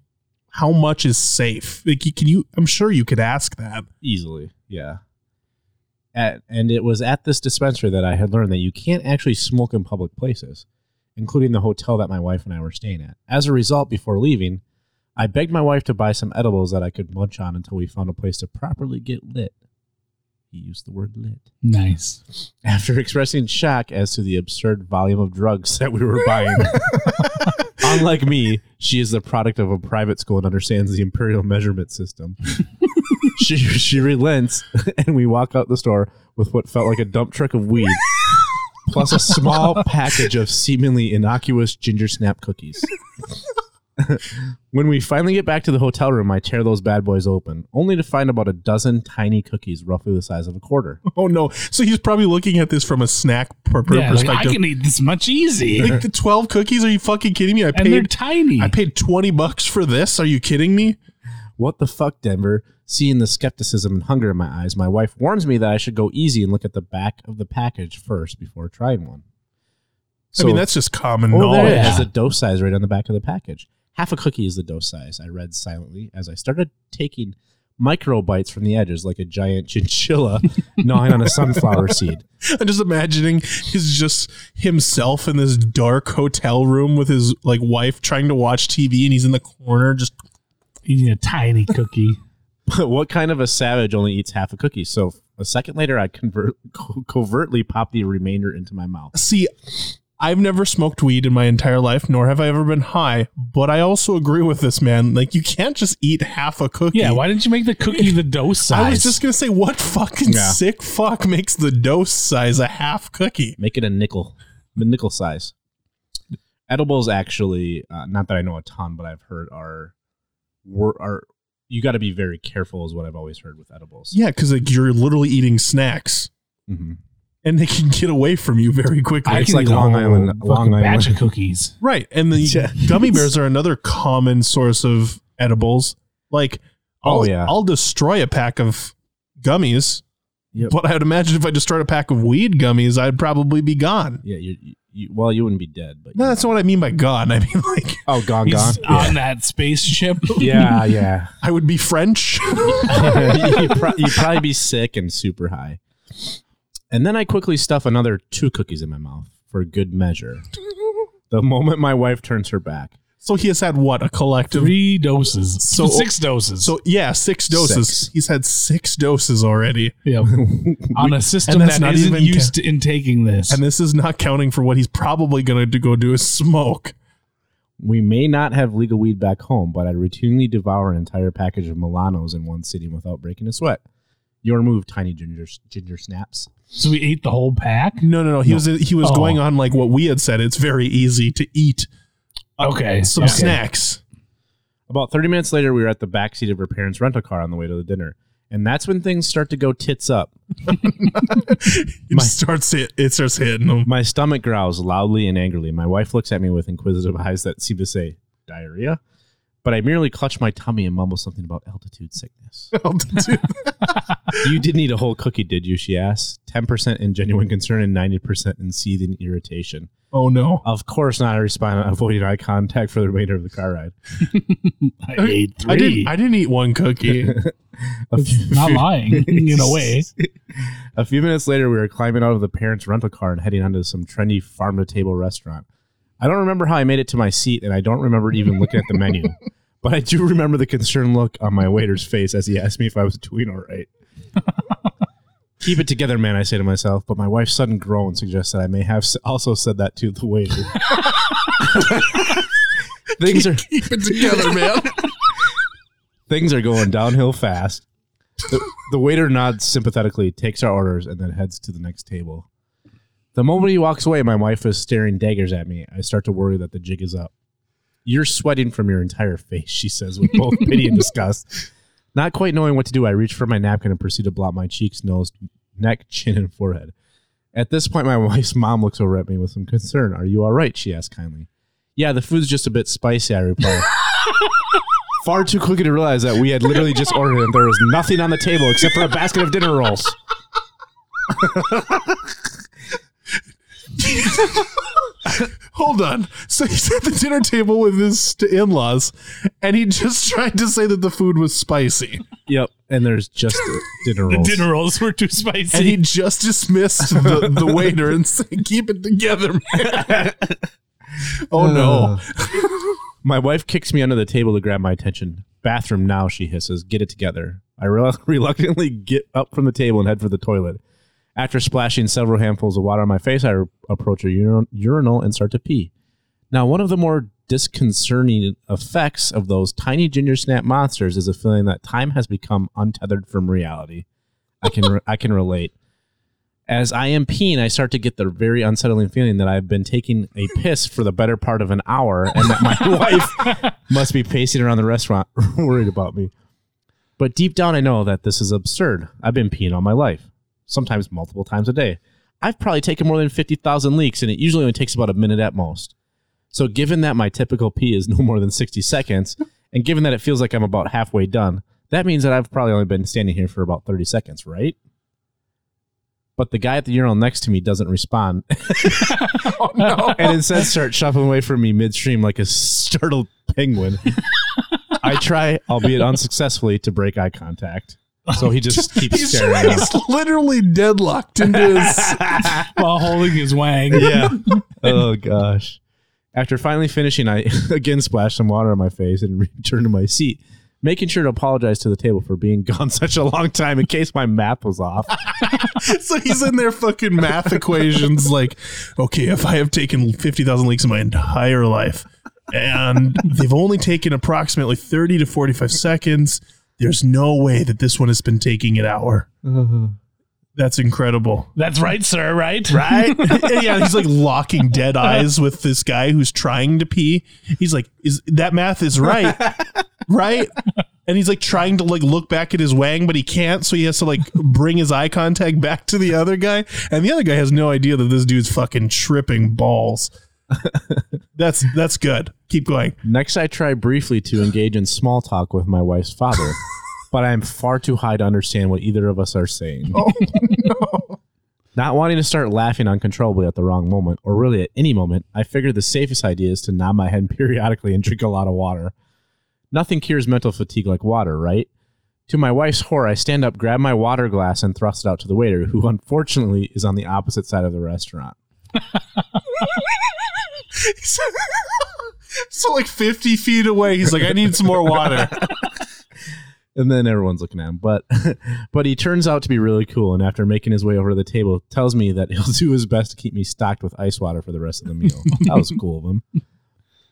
Speaker 2: how much is safe like you, can you i'm sure you could ask that
Speaker 3: easily. Yeah. At, and it was at this dispensary that I had learned that you can't actually smoke in public places, including the hotel that my wife and I were staying at. As a result, before leaving, I begged my wife to buy some edibles that I could munch on until we found a place to properly get lit. He used the word lit.
Speaker 1: nice.
Speaker 3: After expressing shock as to the absurd volume of drugs that we were buying. Unlike me, she is the product of a private school and understands the imperial measurement system. she, she relents, and we walk out the store with what felt like a dump truck of weed, plus a small package of seemingly innocuous ginger snap cookies. when we finally get back to the hotel room, I tear those bad boys open, only to find about a dozen tiny cookies, roughly the size of a quarter.
Speaker 2: oh no so he's probably looking at this from a snack per- per-
Speaker 1: Yeah, like, I
Speaker 2: perspective
Speaker 1: can eat this much easy.
Speaker 2: like the 12 cookies are you fucking kidding me i
Speaker 1: and they're
Speaker 2: paid
Speaker 1: tiny.
Speaker 2: I paid 20 bucks for this. Are you kidding me?
Speaker 3: What the fuck, Denver? Seeing the skepticism and hunger in my eyes, my wife warns me that I should go easy and look at the back of the package first before trying one.
Speaker 2: I mean, that's just common
Speaker 3: oh, there
Speaker 2: knowledge.
Speaker 3: it
Speaker 1: yeah.
Speaker 3: has the dose size right on the back of the package. Half a cookie is the dose size. I read silently as I started taking micro bites from the edges like a giant chinchilla gnawing on a sunflower seed.
Speaker 2: I'm just imagining he's just himself in this dark hotel room with his like wife trying to watch TV, and he's in the corner just
Speaker 1: Eating a tiny cookie.
Speaker 3: But what kind of a savage only eats half a cookie? So a second later, I convert, co- covertly pop the remainder into my mouth.
Speaker 2: see. I've never smoked weed in my entire life, nor have I ever been high. But I also agree with this man. Like, you can't just eat half a cookie.
Speaker 1: Yeah, why didn't you make the cookie the dough size?
Speaker 2: I was just gonna say, what fucking
Speaker 3: Yeah.
Speaker 2: sick fuck makes the dose size a half cookie?
Speaker 3: Make it a nickel, a nickel size. Edibles, actually, uh, not that I know a ton, but I've heard are were are you got to be very careful, is what I've always heard with edibles.
Speaker 2: Yeah, because like you're literally eating snacks,
Speaker 3: hmm
Speaker 2: and they can get away from you very quickly.
Speaker 1: I
Speaker 3: It's
Speaker 1: can
Speaker 3: like
Speaker 1: eat a
Speaker 3: Long
Speaker 1: whole
Speaker 3: Island-
Speaker 1: fucking
Speaker 3: Long Island.
Speaker 1: batch of cookies.
Speaker 2: Right. And the
Speaker 3: Yeah.
Speaker 2: gummy bears are another common source of edibles. Like, I'll,
Speaker 3: Oh, yeah.
Speaker 2: I'll destroy a pack of gummies,
Speaker 3: Yep.
Speaker 2: but I would imagine if I destroyed a pack of weed gummies, I'd probably be gone.
Speaker 3: Yeah, you, you, you well, you wouldn't be dead, but
Speaker 2: No, that's not what I mean by gone. I mean, like,
Speaker 3: oh, gone, gone.
Speaker 1: He's on that spaceship.
Speaker 3: Yeah, yeah.
Speaker 2: I would be French.
Speaker 3: you'd, pro- you'd probably be sick and super high. And then I quickly stuff another two cookies in my mouth for good measure. The moment my wife turns her back,
Speaker 2: so he has had what? A collective.
Speaker 1: Three doses.
Speaker 2: So-
Speaker 1: So six doses.
Speaker 2: So, yeah, six doses.
Speaker 3: Six.
Speaker 2: He's had six doses already.
Speaker 1: Yep. on a system
Speaker 2: that's
Speaker 1: that
Speaker 2: not
Speaker 1: isn't
Speaker 2: even
Speaker 1: used to in taking this.
Speaker 2: And this is not counting for what he's probably going to go do is smoke.
Speaker 3: We may not have legal weed back home, but I routinely devour an entire package of Milanos in one sitting without breaking a sweat. Your move, tiny ginger ginger snaps.
Speaker 1: so we ate the whole pack.
Speaker 2: No, no, no. He was he was
Speaker 1: Oh.
Speaker 2: going on like what we had said. It's very easy to eat
Speaker 1: Okay.
Speaker 2: some
Speaker 1: yeah.
Speaker 2: snacks.
Speaker 3: About 30 minutes later, we were at the back seat of her parents' rental car on the way to the dinner. And that's when things start to go tits up.
Speaker 2: It
Speaker 3: My-
Speaker 2: starts hit, it starts hitting them.
Speaker 3: My stomach growls loudly and angrily. My wife looks at me with inquisitive eyes that seem to say, diarrhea? But I merely clutch my tummy and mumble something about altitude sickness. you didn't eat a whole cookie, did you? She asks. 10% in genuine concern and 90% in seething irritation.
Speaker 2: oh no!
Speaker 3: Of course not. I respond, avoiding eye contact for the remainder of the car ride.
Speaker 1: I ate three.
Speaker 2: I didn't. I didn't eat one cookie.
Speaker 3: A few,
Speaker 1: Not lying in a way.
Speaker 3: a few minutes later, we were climbing out of the parents' rental car and heading onto some trendy farm to table restaurant. I don't remember how I made it to my seat, and I don't remember even looking at the menu. But I do remember the concerned look on my waiter's face as he asked me if I was doing all right. Keep it together, man, I say to myself. But my wife's sudden groan suggests that I may have s- also said that to the waiter. Things are
Speaker 2: Keep it together, man.
Speaker 3: things are going downhill fast. The, the waiter nods sympathetically, takes our orders, and then heads to the next table. The moment he walks away, my wife is staring daggers at me. I start to worry that the jig is up. You're sweating from your entire face, she says, with both pity and disgust. Not quite knowing what to do, I reach for my napkin and proceed to blot my cheeks, nose, neck, chin, and forehead. At this point, my wife's mom looks over at me with some concern. Are you all right? She asks kindly. Yeah, the food's just a bit spicy, I reply. Far too quickly to realize that we had literally just ordered and there was nothing on the table except for a basket of dinner rolls.
Speaker 2: Hold on. So he's at the dinner table with his in laws, and he just tried to say that the food was spicy.
Speaker 3: Yep. And there's just dinner
Speaker 1: The
Speaker 3: rolls.
Speaker 1: dinner rolls were too
Speaker 2: And
Speaker 1: spicy.
Speaker 2: he just dismissed the, the waiter and said, Keep it together, man. Oh,
Speaker 3: Uh,
Speaker 2: no.
Speaker 3: My wife kicks me under the table to grab my attention. Bathroom now, she hisses. Get it together. I rel- reluctantly get up from the table and head for the toilet. After splashing several handfuls of water on my face, I r- approach a urinal- urinal and start to pee. Now, one of the more disconcerting effects of those tiny ginger snap monsters is a feeling that time has become untethered from reality. I can re- I can relate. As I am peeing, I start to get the very unsettling feeling that I've been taking a piss for the better part of an hour and that my wife must be pacing around the restaurant worried about me. But deep down, I know that this is absurd. I've been peeing all my life, sometimes multiple times a day. I've probably taken more than 50,000 leaks, and it usually only takes about a minute at most. So, given that my typical pee is no more than 60 seconds, and given that it feels like I'm about halfway done, that means that I've probably only been standing here for about 30 seconds, right? But the guy at the urinal next to me doesn't respond
Speaker 2: Oh,
Speaker 3: and instead start shuffling away from me midstream like a startled penguin. I try, albeit unsuccessfully, to break eye contact. So he just keeps
Speaker 2: He's,
Speaker 3: staring at me.
Speaker 2: he's literally deadlocked into his.
Speaker 1: while holding his wang.
Speaker 3: Yeah. oh gosh. After finally finishing, I again splashed some water on my face and returned to my seat, making sure to apologize to the table for being gone such a long time in case my math was off.
Speaker 2: So he's in there fucking math equations like, okay, if I have taken 50,000 leaks in my entire life and they've only taken approximately 30 to 45 seconds, there's no way that this one has been taking an hour. That's incredible.
Speaker 1: That's right, sir. Right. Right.
Speaker 2: I, yeah, he's like locking dead eyes with this guy who's trying to pee. He's like, "Is that math is right, right?" And he's like trying to like look back at his wang, but he can't, so he has to like bring his eye contact back to the other guy, and the other guy has no idea that this dude's fucking tripping balls. That's that's good. Keep going.
Speaker 3: Next, I try briefly to engage in small talk with my wife's father, but I am far too high to understand what either of us are saying.
Speaker 2: Oh,
Speaker 3: Not wanting to start laughing uncontrollably at the wrong moment, or really at any moment, I figure the safest idea is to nod my head periodically and drink a lot of water. Nothing cures mental fatigue like water, right? To my wife's horror, I stand up, grab my water glass, and thrust it out to the waiter, who unfortunately is on the opposite side of the restaurant.
Speaker 2: so like fifty feet away, he's like, "I need some more water."
Speaker 3: and then everyone's looking at him. But but he turns out to be really cool, and after making his way over to the table, tells me that he'll do his best to keep me stocked with ice water for the rest of the meal. that was cool of him.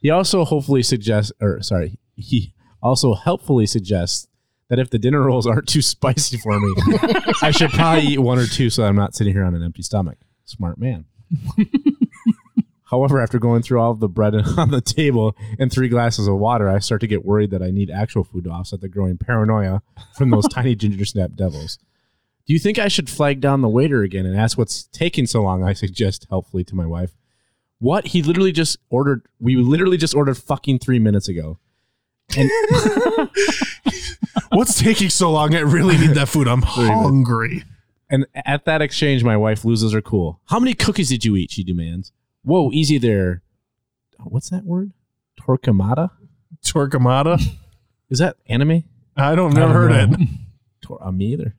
Speaker 3: He also hopefully suggests, or sorry, he also helpfully suggests that if the dinner rolls aren't too spicy for me, I should probably eat one or two so I'm not sitting here on an empty stomach. Smart man. However, after going through all of the bread on the table and three glasses of water, I start to get worried that I need actual food to offset the growing paranoia from those tiny ginger snap devils. Do you think I should flag down the waiter again and ask what's taking so long? I suggest helpfully to my wife. What? He literally just ordered. We literally just ordered fucking three minutes ago.
Speaker 2: What's taking so long? I really need that food. I'm hungry.
Speaker 3: And at that exchange, my wife loses her cool. How many cookies did you eat? She demands. Whoa, easy there. What's that word? Torquemada?
Speaker 2: Torquemada?
Speaker 3: Is that anime?
Speaker 2: I don't never
Speaker 1: I
Speaker 2: heard
Speaker 1: don't
Speaker 2: it.
Speaker 3: Tor- uh, me either.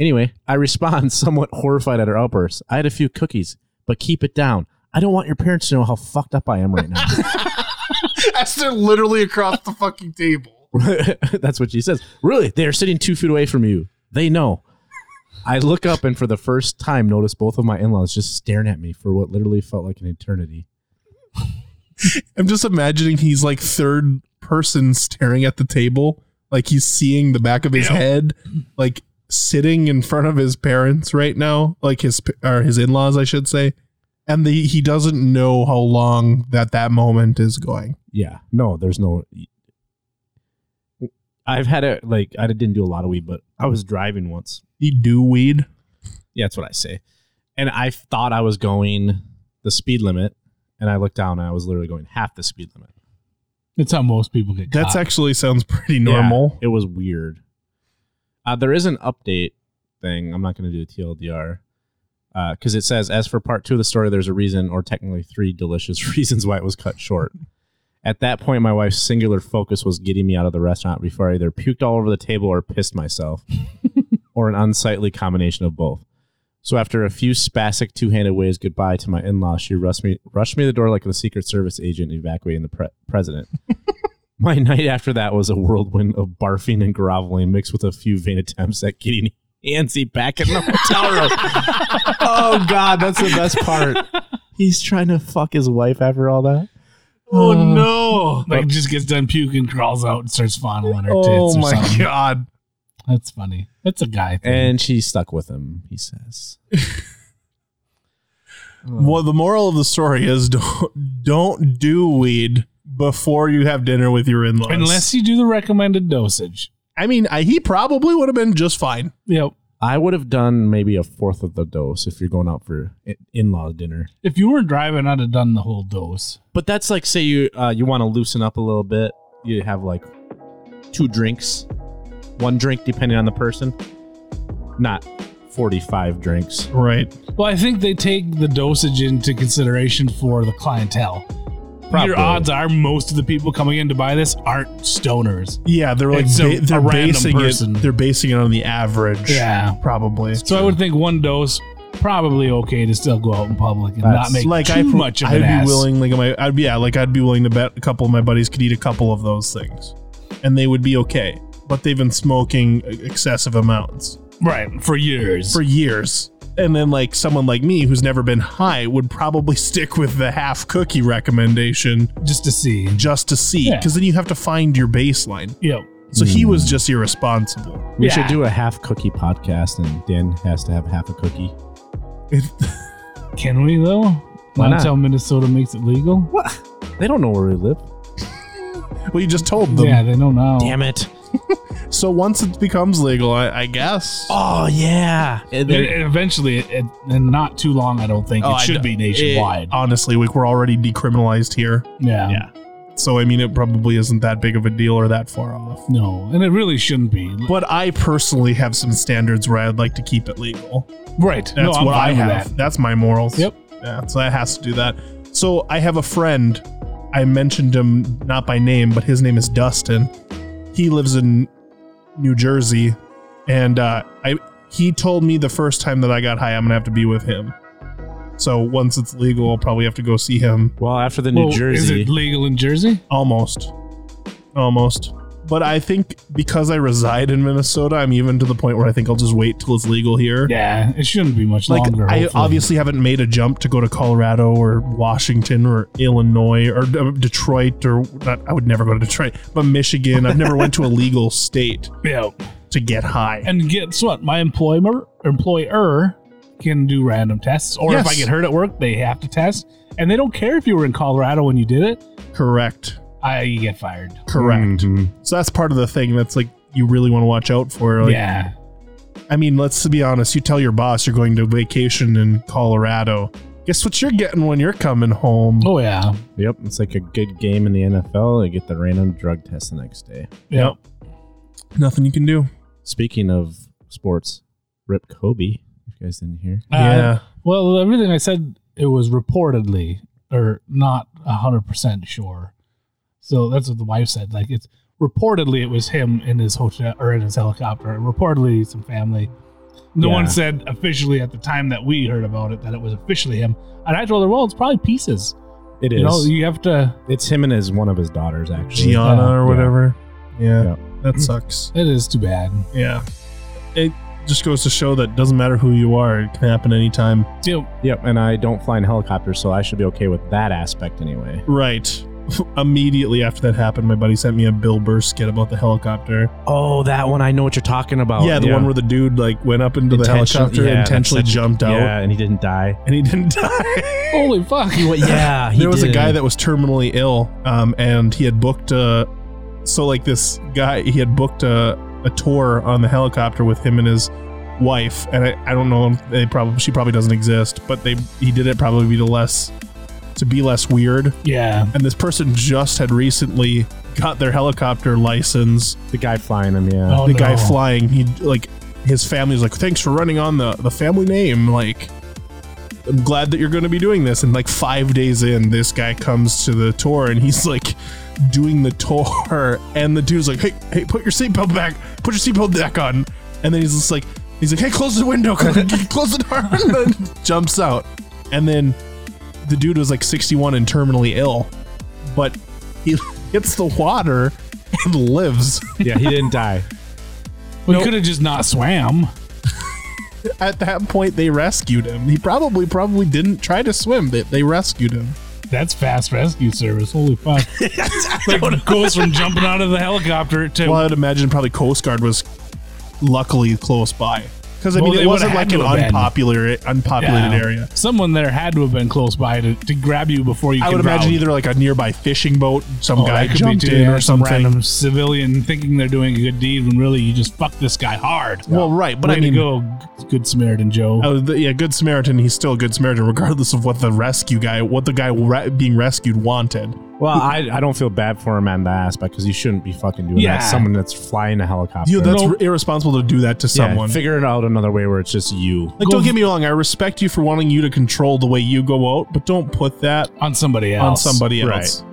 Speaker 3: Anyway, I respond somewhat horrified at her outburst. I had a few cookies, but keep it down. I don't want your parents to know how fucked up I am right now.
Speaker 2: That's they're literally across the fucking table.
Speaker 3: That's what she says. Really? They are sitting two feet away from you. They know. I look up and for the first time notice both of my in laws just staring at me for what literally felt like an eternity.
Speaker 2: I'm just imagining he's like third person staring at the table, like he's seeing the back of his head, like sitting in front of his parents right now, like his p- or his in-laws, I should say, and the, he doesn't know how long that that moment is going.
Speaker 3: Yeah. No, there's no. I've had it like I didn't do a lot of weed, but I was driving once.
Speaker 2: You do weed.
Speaker 3: Yeah, that's what I say. And I thought I was going the speed limit, and I looked down and I was literally going half the speed limit.
Speaker 1: It's how most people get
Speaker 2: That's
Speaker 1: caught.
Speaker 2: actually sounds pretty normal.
Speaker 3: Yeah, it was weird. Uh, there is an update thing. I'm not going to do a TLDR because uh, it says, as for part two of the story, there's a reason, or technically three delicious reasons why it was cut short. At that point, my wife's singular focus was getting me out of the restaurant before I either puked all over the table or pissed myself, or an unsightly combination of both. So after a few spastic two-handed waves goodbye to my in-laws, she rushed me rushed me to the door like the Secret Service agent evacuating the pre- president. My night after that was a whirlwind of barfing and groveling mixed with a few vain attempts at getting Anzi back in the hotel room. oh God, that's the best part. He's trying to fuck his wife after all that.
Speaker 2: Oh no!
Speaker 1: like just gets done puking, crawls out, and starts fondling her tits.
Speaker 2: Oh
Speaker 1: or
Speaker 2: my
Speaker 1: something.
Speaker 2: god!
Speaker 1: That's funny. That's a guy thing.
Speaker 3: And she stuck with him, he says.
Speaker 2: Well, the moral of the story is don't don't do weed before you have dinner with your in-laws.
Speaker 1: Unless you do the recommended dosage.
Speaker 2: I mean, I, he probably would have been just fine.
Speaker 1: Yep.
Speaker 3: I would have done maybe a fourth of the dose if you're going out for in law dinner.
Speaker 1: If you were driving, I'd have done the whole dose.
Speaker 3: But that's like, say you uh, you want to loosen up a little bit. You have like two drinks, one drink depending on the person, not forty five drinks.
Speaker 2: Right.
Speaker 1: Well, I think they take the dosage into consideration for the clientele.
Speaker 3: Probably.
Speaker 1: Your odds are most of the people coming in to buy this aren't stoners.
Speaker 2: Yeah, they're like
Speaker 1: It's a-
Speaker 2: ba- they're
Speaker 1: a random
Speaker 2: basing
Speaker 1: person.
Speaker 2: it. They're basing it on the average.
Speaker 1: Yeah.
Speaker 2: probably.
Speaker 1: So I would think one dose probably okay to still go out in public and not
Speaker 3: That's
Speaker 1: make
Speaker 2: like
Speaker 1: too
Speaker 2: I, pro-
Speaker 1: much of
Speaker 2: I'd
Speaker 1: an
Speaker 2: be
Speaker 1: ass.
Speaker 2: willing. Like my, I'd yeah, like I'd be willing to bet a couple of my buddies could eat a couple of those things, and they would be okay. But they've been smoking e, excessive amounts
Speaker 1: right for years.
Speaker 2: for years, and then like someone like me who's never been high would probably stick with the half cookie recommendation
Speaker 1: just to see.
Speaker 2: just to see,
Speaker 1: Yeah. Hmm.
Speaker 2: because then you have to find your baseline.
Speaker 1: Yep.
Speaker 2: So he was just irresponsible.
Speaker 3: we
Speaker 1: Yeah.
Speaker 3: should do a half cookie podcast, and Dan has to have half a cookie.
Speaker 1: Can we though?
Speaker 3: Why
Speaker 1: not,
Speaker 3: not?
Speaker 1: until Minnesota makes it legal.
Speaker 3: What? They don't know where we live.
Speaker 2: Well, you just told them.
Speaker 1: Yeah, they don't know.
Speaker 3: Oh. Damn it!
Speaker 2: So once it becomes legal, I, I guess.
Speaker 3: Oh yeah.
Speaker 1: And
Speaker 3: And they're-
Speaker 1: eventually, it, it, and not too long, I don't think
Speaker 2: Oh,
Speaker 1: it
Speaker 2: I
Speaker 1: should be
Speaker 2: d-
Speaker 1: nationwide.
Speaker 2: Honestly, like we're already decriminalized here.
Speaker 1: yeah.
Speaker 3: yeah.
Speaker 2: So I mean, it probably isn't that big of a deal or that far off.
Speaker 1: No, and it really shouldn't be.
Speaker 2: But I personally have some standards where I'd like to keep it legal.
Speaker 1: Right.
Speaker 2: That's
Speaker 1: no, I'm
Speaker 2: what I
Speaker 1: fine with
Speaker 2: have.
Speaker 1: that.
Speaker 2: That's my morals.
Speaker 1: Yep.
Speaker 2: Yeah, so that has to do that. So I have a friend. I mentioned him not by name, but his name is Dustin. He lives in New Jersey, and uh, I he told me the first time that I got high, I'm gonna have to be with him. So once it's legal, I'll probably have to go see him.
Speaker 3: Well, after the New
Speaker 1: Well, Is
Speaker 3: Jersey,
Speaker 1: it legal in Jersey?
Speaker 2: Almost. Almost. But I think because I reside in Minnesota, I'm even to the point where I think I'll just wait till it's legal here.
Speaker 1: Yeah, it shouldn't be much
Speaker 2: like
Speaker 1: longer.
Speaker 2: I
Speaker 1: hopefully.
Speaker 2: obviously haven't made a jump to go to Colorado or Washington or Illinois or uh, Detroit or not I would never go to Detroit, but Michigan. I've never went to a legal state
Speaker 1: Yeah.
Speaker 2: to get high.
Speaker 1: And guess what? My employer employer can do random tests, or if
Speaker 2: Yes.
Speaker 1: I get hurt at work, they have to test, and they don't care if you were in Colorado when you did it.
Speaker 2: Correct.
Speaker 1: I you get fired. Mm.
Speaker 2: Correct. So that's part of the thing that's like you really want to watch out for. Like,
Speaker 1: yeah.
Speaker 2: I mean, let's be honest. You tell your boss you're going to vacation in Colorado. Guess what you're getting when you're coming home?
Speaker 1: Oh yeah.
Speaker 3: Yep, it's like a good game in the NFL. They get the random drug test the next day.
Speaker 1: Yep.
Speaker 2: Nothing you can do.
Speaker 3: Speaking of sports, Rip Kobe. If you guys didn't hear,
Speaker 1: Uh, Well, everything I said it was reportedly or not hundred percent sure. So that's what the wife said. Like it's reportedly it was him in his hotel or in his helicopter. and Reportedly some family. No
Speaker 3: Yeah.
Speaker 1: one said officially at the time that we heard about it that it was officially him. And I told her, well, it's probably pieces.
Speaker 3: it is.
Speaker 1: You know, you have to.
Speaker 3: it's him and his one of his daughters actually.
Speaker 2: Gianna
Speaker 1: Yeah.
Speaker 2: or whatever. Yeah.
Speaker 3: Uh, Yeah.
Speaker 2: That sucks.
Speaker 1: It is too bad.
Speaker 2: Yeah. It just goes to show that it doesn't matter who you are, it can happen anytime.
Speaker 1: You know,
Speaker 3: Yep, and I don't fly in helicopters, so I should be okay with that aspect anyway.
Speaker 2: Right. immediately after that happened, my buddy sent me a Bill Burr skit about the helicopter.
Speaker 3: Oh, that one. I know what you're talking about.
Speaker 2: yeah, the one where the dude like went up into the
Speaker 3: Intention-
Speaker 2: helicopter
Speaker 3: yeah,
Speaker 2: and
Speaker 3: that's
Speaker 2: intentionally
Speaker 3: such-
Speaker 2: jumped out,
Speaker 3: Yeah, and he didn't die.
Speaker 2: and he didn't die.
Speaker 1: Holy fuck!
Speaker 3: He wa- yeah, he
Speaker 2: there was a
Speaker 3: did.
Speaker 2: guy that was terminally ill, um, and he had booked a. So like this guy, he had booked a, a tour on the helicopter with him and his wife, and I, I don't know. They probably she probably doesn't exist, but they he did it probably be to less to be less weird.
Speaker 1: Yeah,
Speaker 2: And this person just had recently got their helicopter license.
Speaker 3: the guy flying him. Yeah.
Speaker 1: Oh,
Speaker 2: the guy
Speaker 1: no.
Speaker 2: flying, he like his family's like, thanks for running on the the family name. Like, I'm glad that you're going to be doing this. And like five days in, this guy comes to the tour and he's like doing the tour, and the dude's like, hey, hey, put your seatbelt back, put your seatbelt back on, and then he's just like, he's like, hey, close the window, close the door, and then jumps out, and then the dude was like 61 and terminally ill, but he hits the water and lives.
Speaker 3: yeah, he didn't die.
Speaker 1: we could have just not swam.
Speaker 2: at that point they rescued him he probably probably didn't try to swim they, they rescued him
Speaker 1: That's fast rescue service. Holy fuck! like goes from jumping out of the helicopter to
Speaker 2: well i'd imagine probably coast guard was luckily close by because i
Speaker 1: Well,
Speaker 2: mean
Speaker 1: they
Speaker 2: it wasn't
Speaker 1: would've had
Speaker 2: like an
Speaker 1: to have been.
Speaker 2: unpopular unpopulated
Speaker 1: Yeah.
Speaker 2: area
Speaker 1: Someone there had to have been close by to, to grab you before you.
Speaker 2: i
Speaker 1: could
Speaker 2: would imagine
Speaker 1: drown.
Speaker 2: either like a nearby fishing boat some
Speaker 1: Oh,
Speaker 2: guy
Speaker 1: that could be
Speaker 2: jumped
Speaker 1: too,
Speaker 2: in
Speaker 1: yeah,
Speaker 2: or
Speaker 1: some
Speaker 2: something
Speaker 1: random civilian thinking they're doing a good deed when really you just fuck this guy hard.
Speaker 2: well right but
Speaker 1: Way
Speaker 2: i mean
Speaker 1: to go, good Samaritan Joe.
Speaker 2: Oh, the, yeah, Good Samaritan. He's still a Good Samaritan, regardless of what the rescue guy, what the guy re- being rescued wanted.
Speaker 3: Well, I, I don't feel bad for him on that aspect because you shouldn't be fucking doing
Speaker 1: Yeah.
Speaker 3: that. Someone that's flying a helicopter.
Speaker 2: You know, that's
Speaker 1: No.
Speaker 2: r- irresponsible to do that to
Speaker 3: Yeah,
Speaker 2: someone.
Speaker 3: Figure it out another way where it's just you.
Speaker 2: Like,
Speaker 1: Go-
Speaker 2: don't get me wrong. I respect you for wanting you to control the way you go out, but don't put that
Speaker 1: on somebody
Speaker 2: on
Speaker 1: else.
Speaker 2: somebody
Speaker 3: Right.
Speaker 2: else.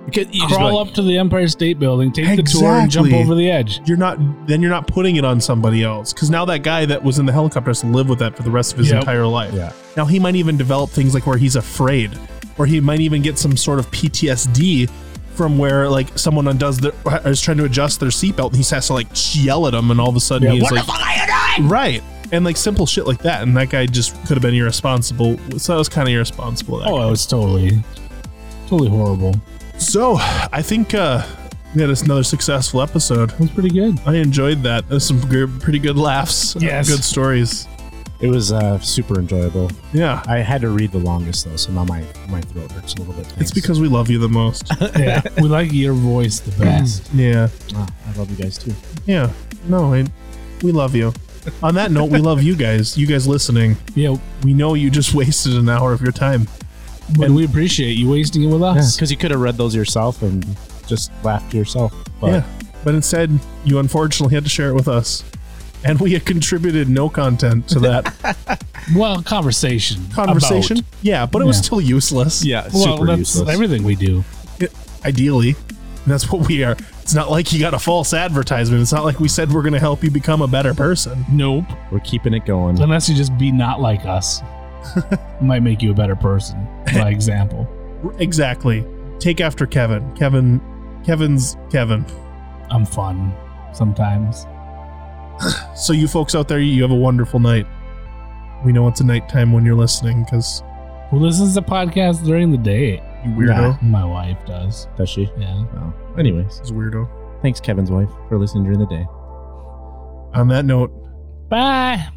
Speaker 1: Crawl up to the Empire State Building, take the tour, and jump
Speaker 2: Exactly.
Speaker 1: over the edge.
Speaker 2: You're not. Then you're not putting it on somebody else because now that guy that was in the helicopter has to live with that for the rest of his
Speaker 1: Yep.
Speaker 2: entire life.
Speaker 3: Yeah.
Speaker 2: Now he might even develop things like where he's afraid, or he might even get some sort of PTSD from where like someone undoes their is trying to adjust their seatbelt and he has to like yell at him and all of a sudden
Speaker 1: Yeah,
Speaker 2: he's
Speaker 1: what
Speaker 2: like
Speaker 1: the fuck are you doing?
Speaker 2: right and like simple shit like that and that guy just could have been irresponsible so that was kind of irresponsible of that
Speaker 1: Oh, it was totally, totally horrible.
Speaker 2: So I think uh, we had another successful episode.
Speaker 1: It was pretty good.
Speaker 2: I enjoyed that. There's some gr- pretty good laughs. and
Speaker 1: Yes.
Speaker 2: Good stories.
Speaker 3: It was uh, super enjoyable.
Speaker 2: Yeah.
Speaker 3: I had to read the longest though, so now my, my throat hurts a little bit.
Speaker 2: It's
Speaker 3: Thanks.
Speaker 2: because we love you the most.
Speaker 1: Yeah, we like your voice the best.
Speaker 2: yeah.
Speaker 3: Oh, I love you guys too.
Speaker 2: Yeah. No, I, we love you. On that note, we love you guys. You guys listening.
Speaker 1: yeah,
Speaker 2: We know you just wasted an hour of your time.
Speaker 1: but we appreciate you wasting it with us.
Speaker 3: Because you could have read those yourself and just laughed to yourself. But
Speaker 2: yeah. But instead, you unfortunately had to share it with us. And we had contributed no content to that
Speaker 1: Well, conversation,
Speaker 2: conversation.
Speaker 1: About.
Speaker 2: Yeah, but it was
Speaker 1: Yeah.
Speaker 2: still useless.
Speaker 3: yeah,
Speaker 1: Well,
Speaker 3: super
Speaker 1: that's
Speaker 3: useless.
Speaker 1: everything we do.
Speaker 2: ideally. And that's what we are. It's not like you got a false advertisement. It's not like we said we're going to help you become a better person.
Speaker 1: Nope.
Speaker 3: We're keeping it going.
Speaker 1: Unless you just be not like us, might make you a better person. By example,
Speaker 2: Exactly. Take after Kevin. Kevin. Kevin's Kevin.
Speaker 1: I'm fun sometimes.
Speaker 2: So you folks out there, you have a wonderful night. We know it's a nighttime when you're listening because
Speaker 1: Who listens to podcasts during the day?
Speaker 2: you weirdo.
Speaker 1: My wife does.
Speaker 3: Does she?
Speaker 1: Yeah.
Speaker 3: Well, anyways,
Speaker 2: He's a weirdo.
Speaker 3: thanks Kevin's wife for listening during the day.
Speaker 2: On that note,
Speaker 1: Bye.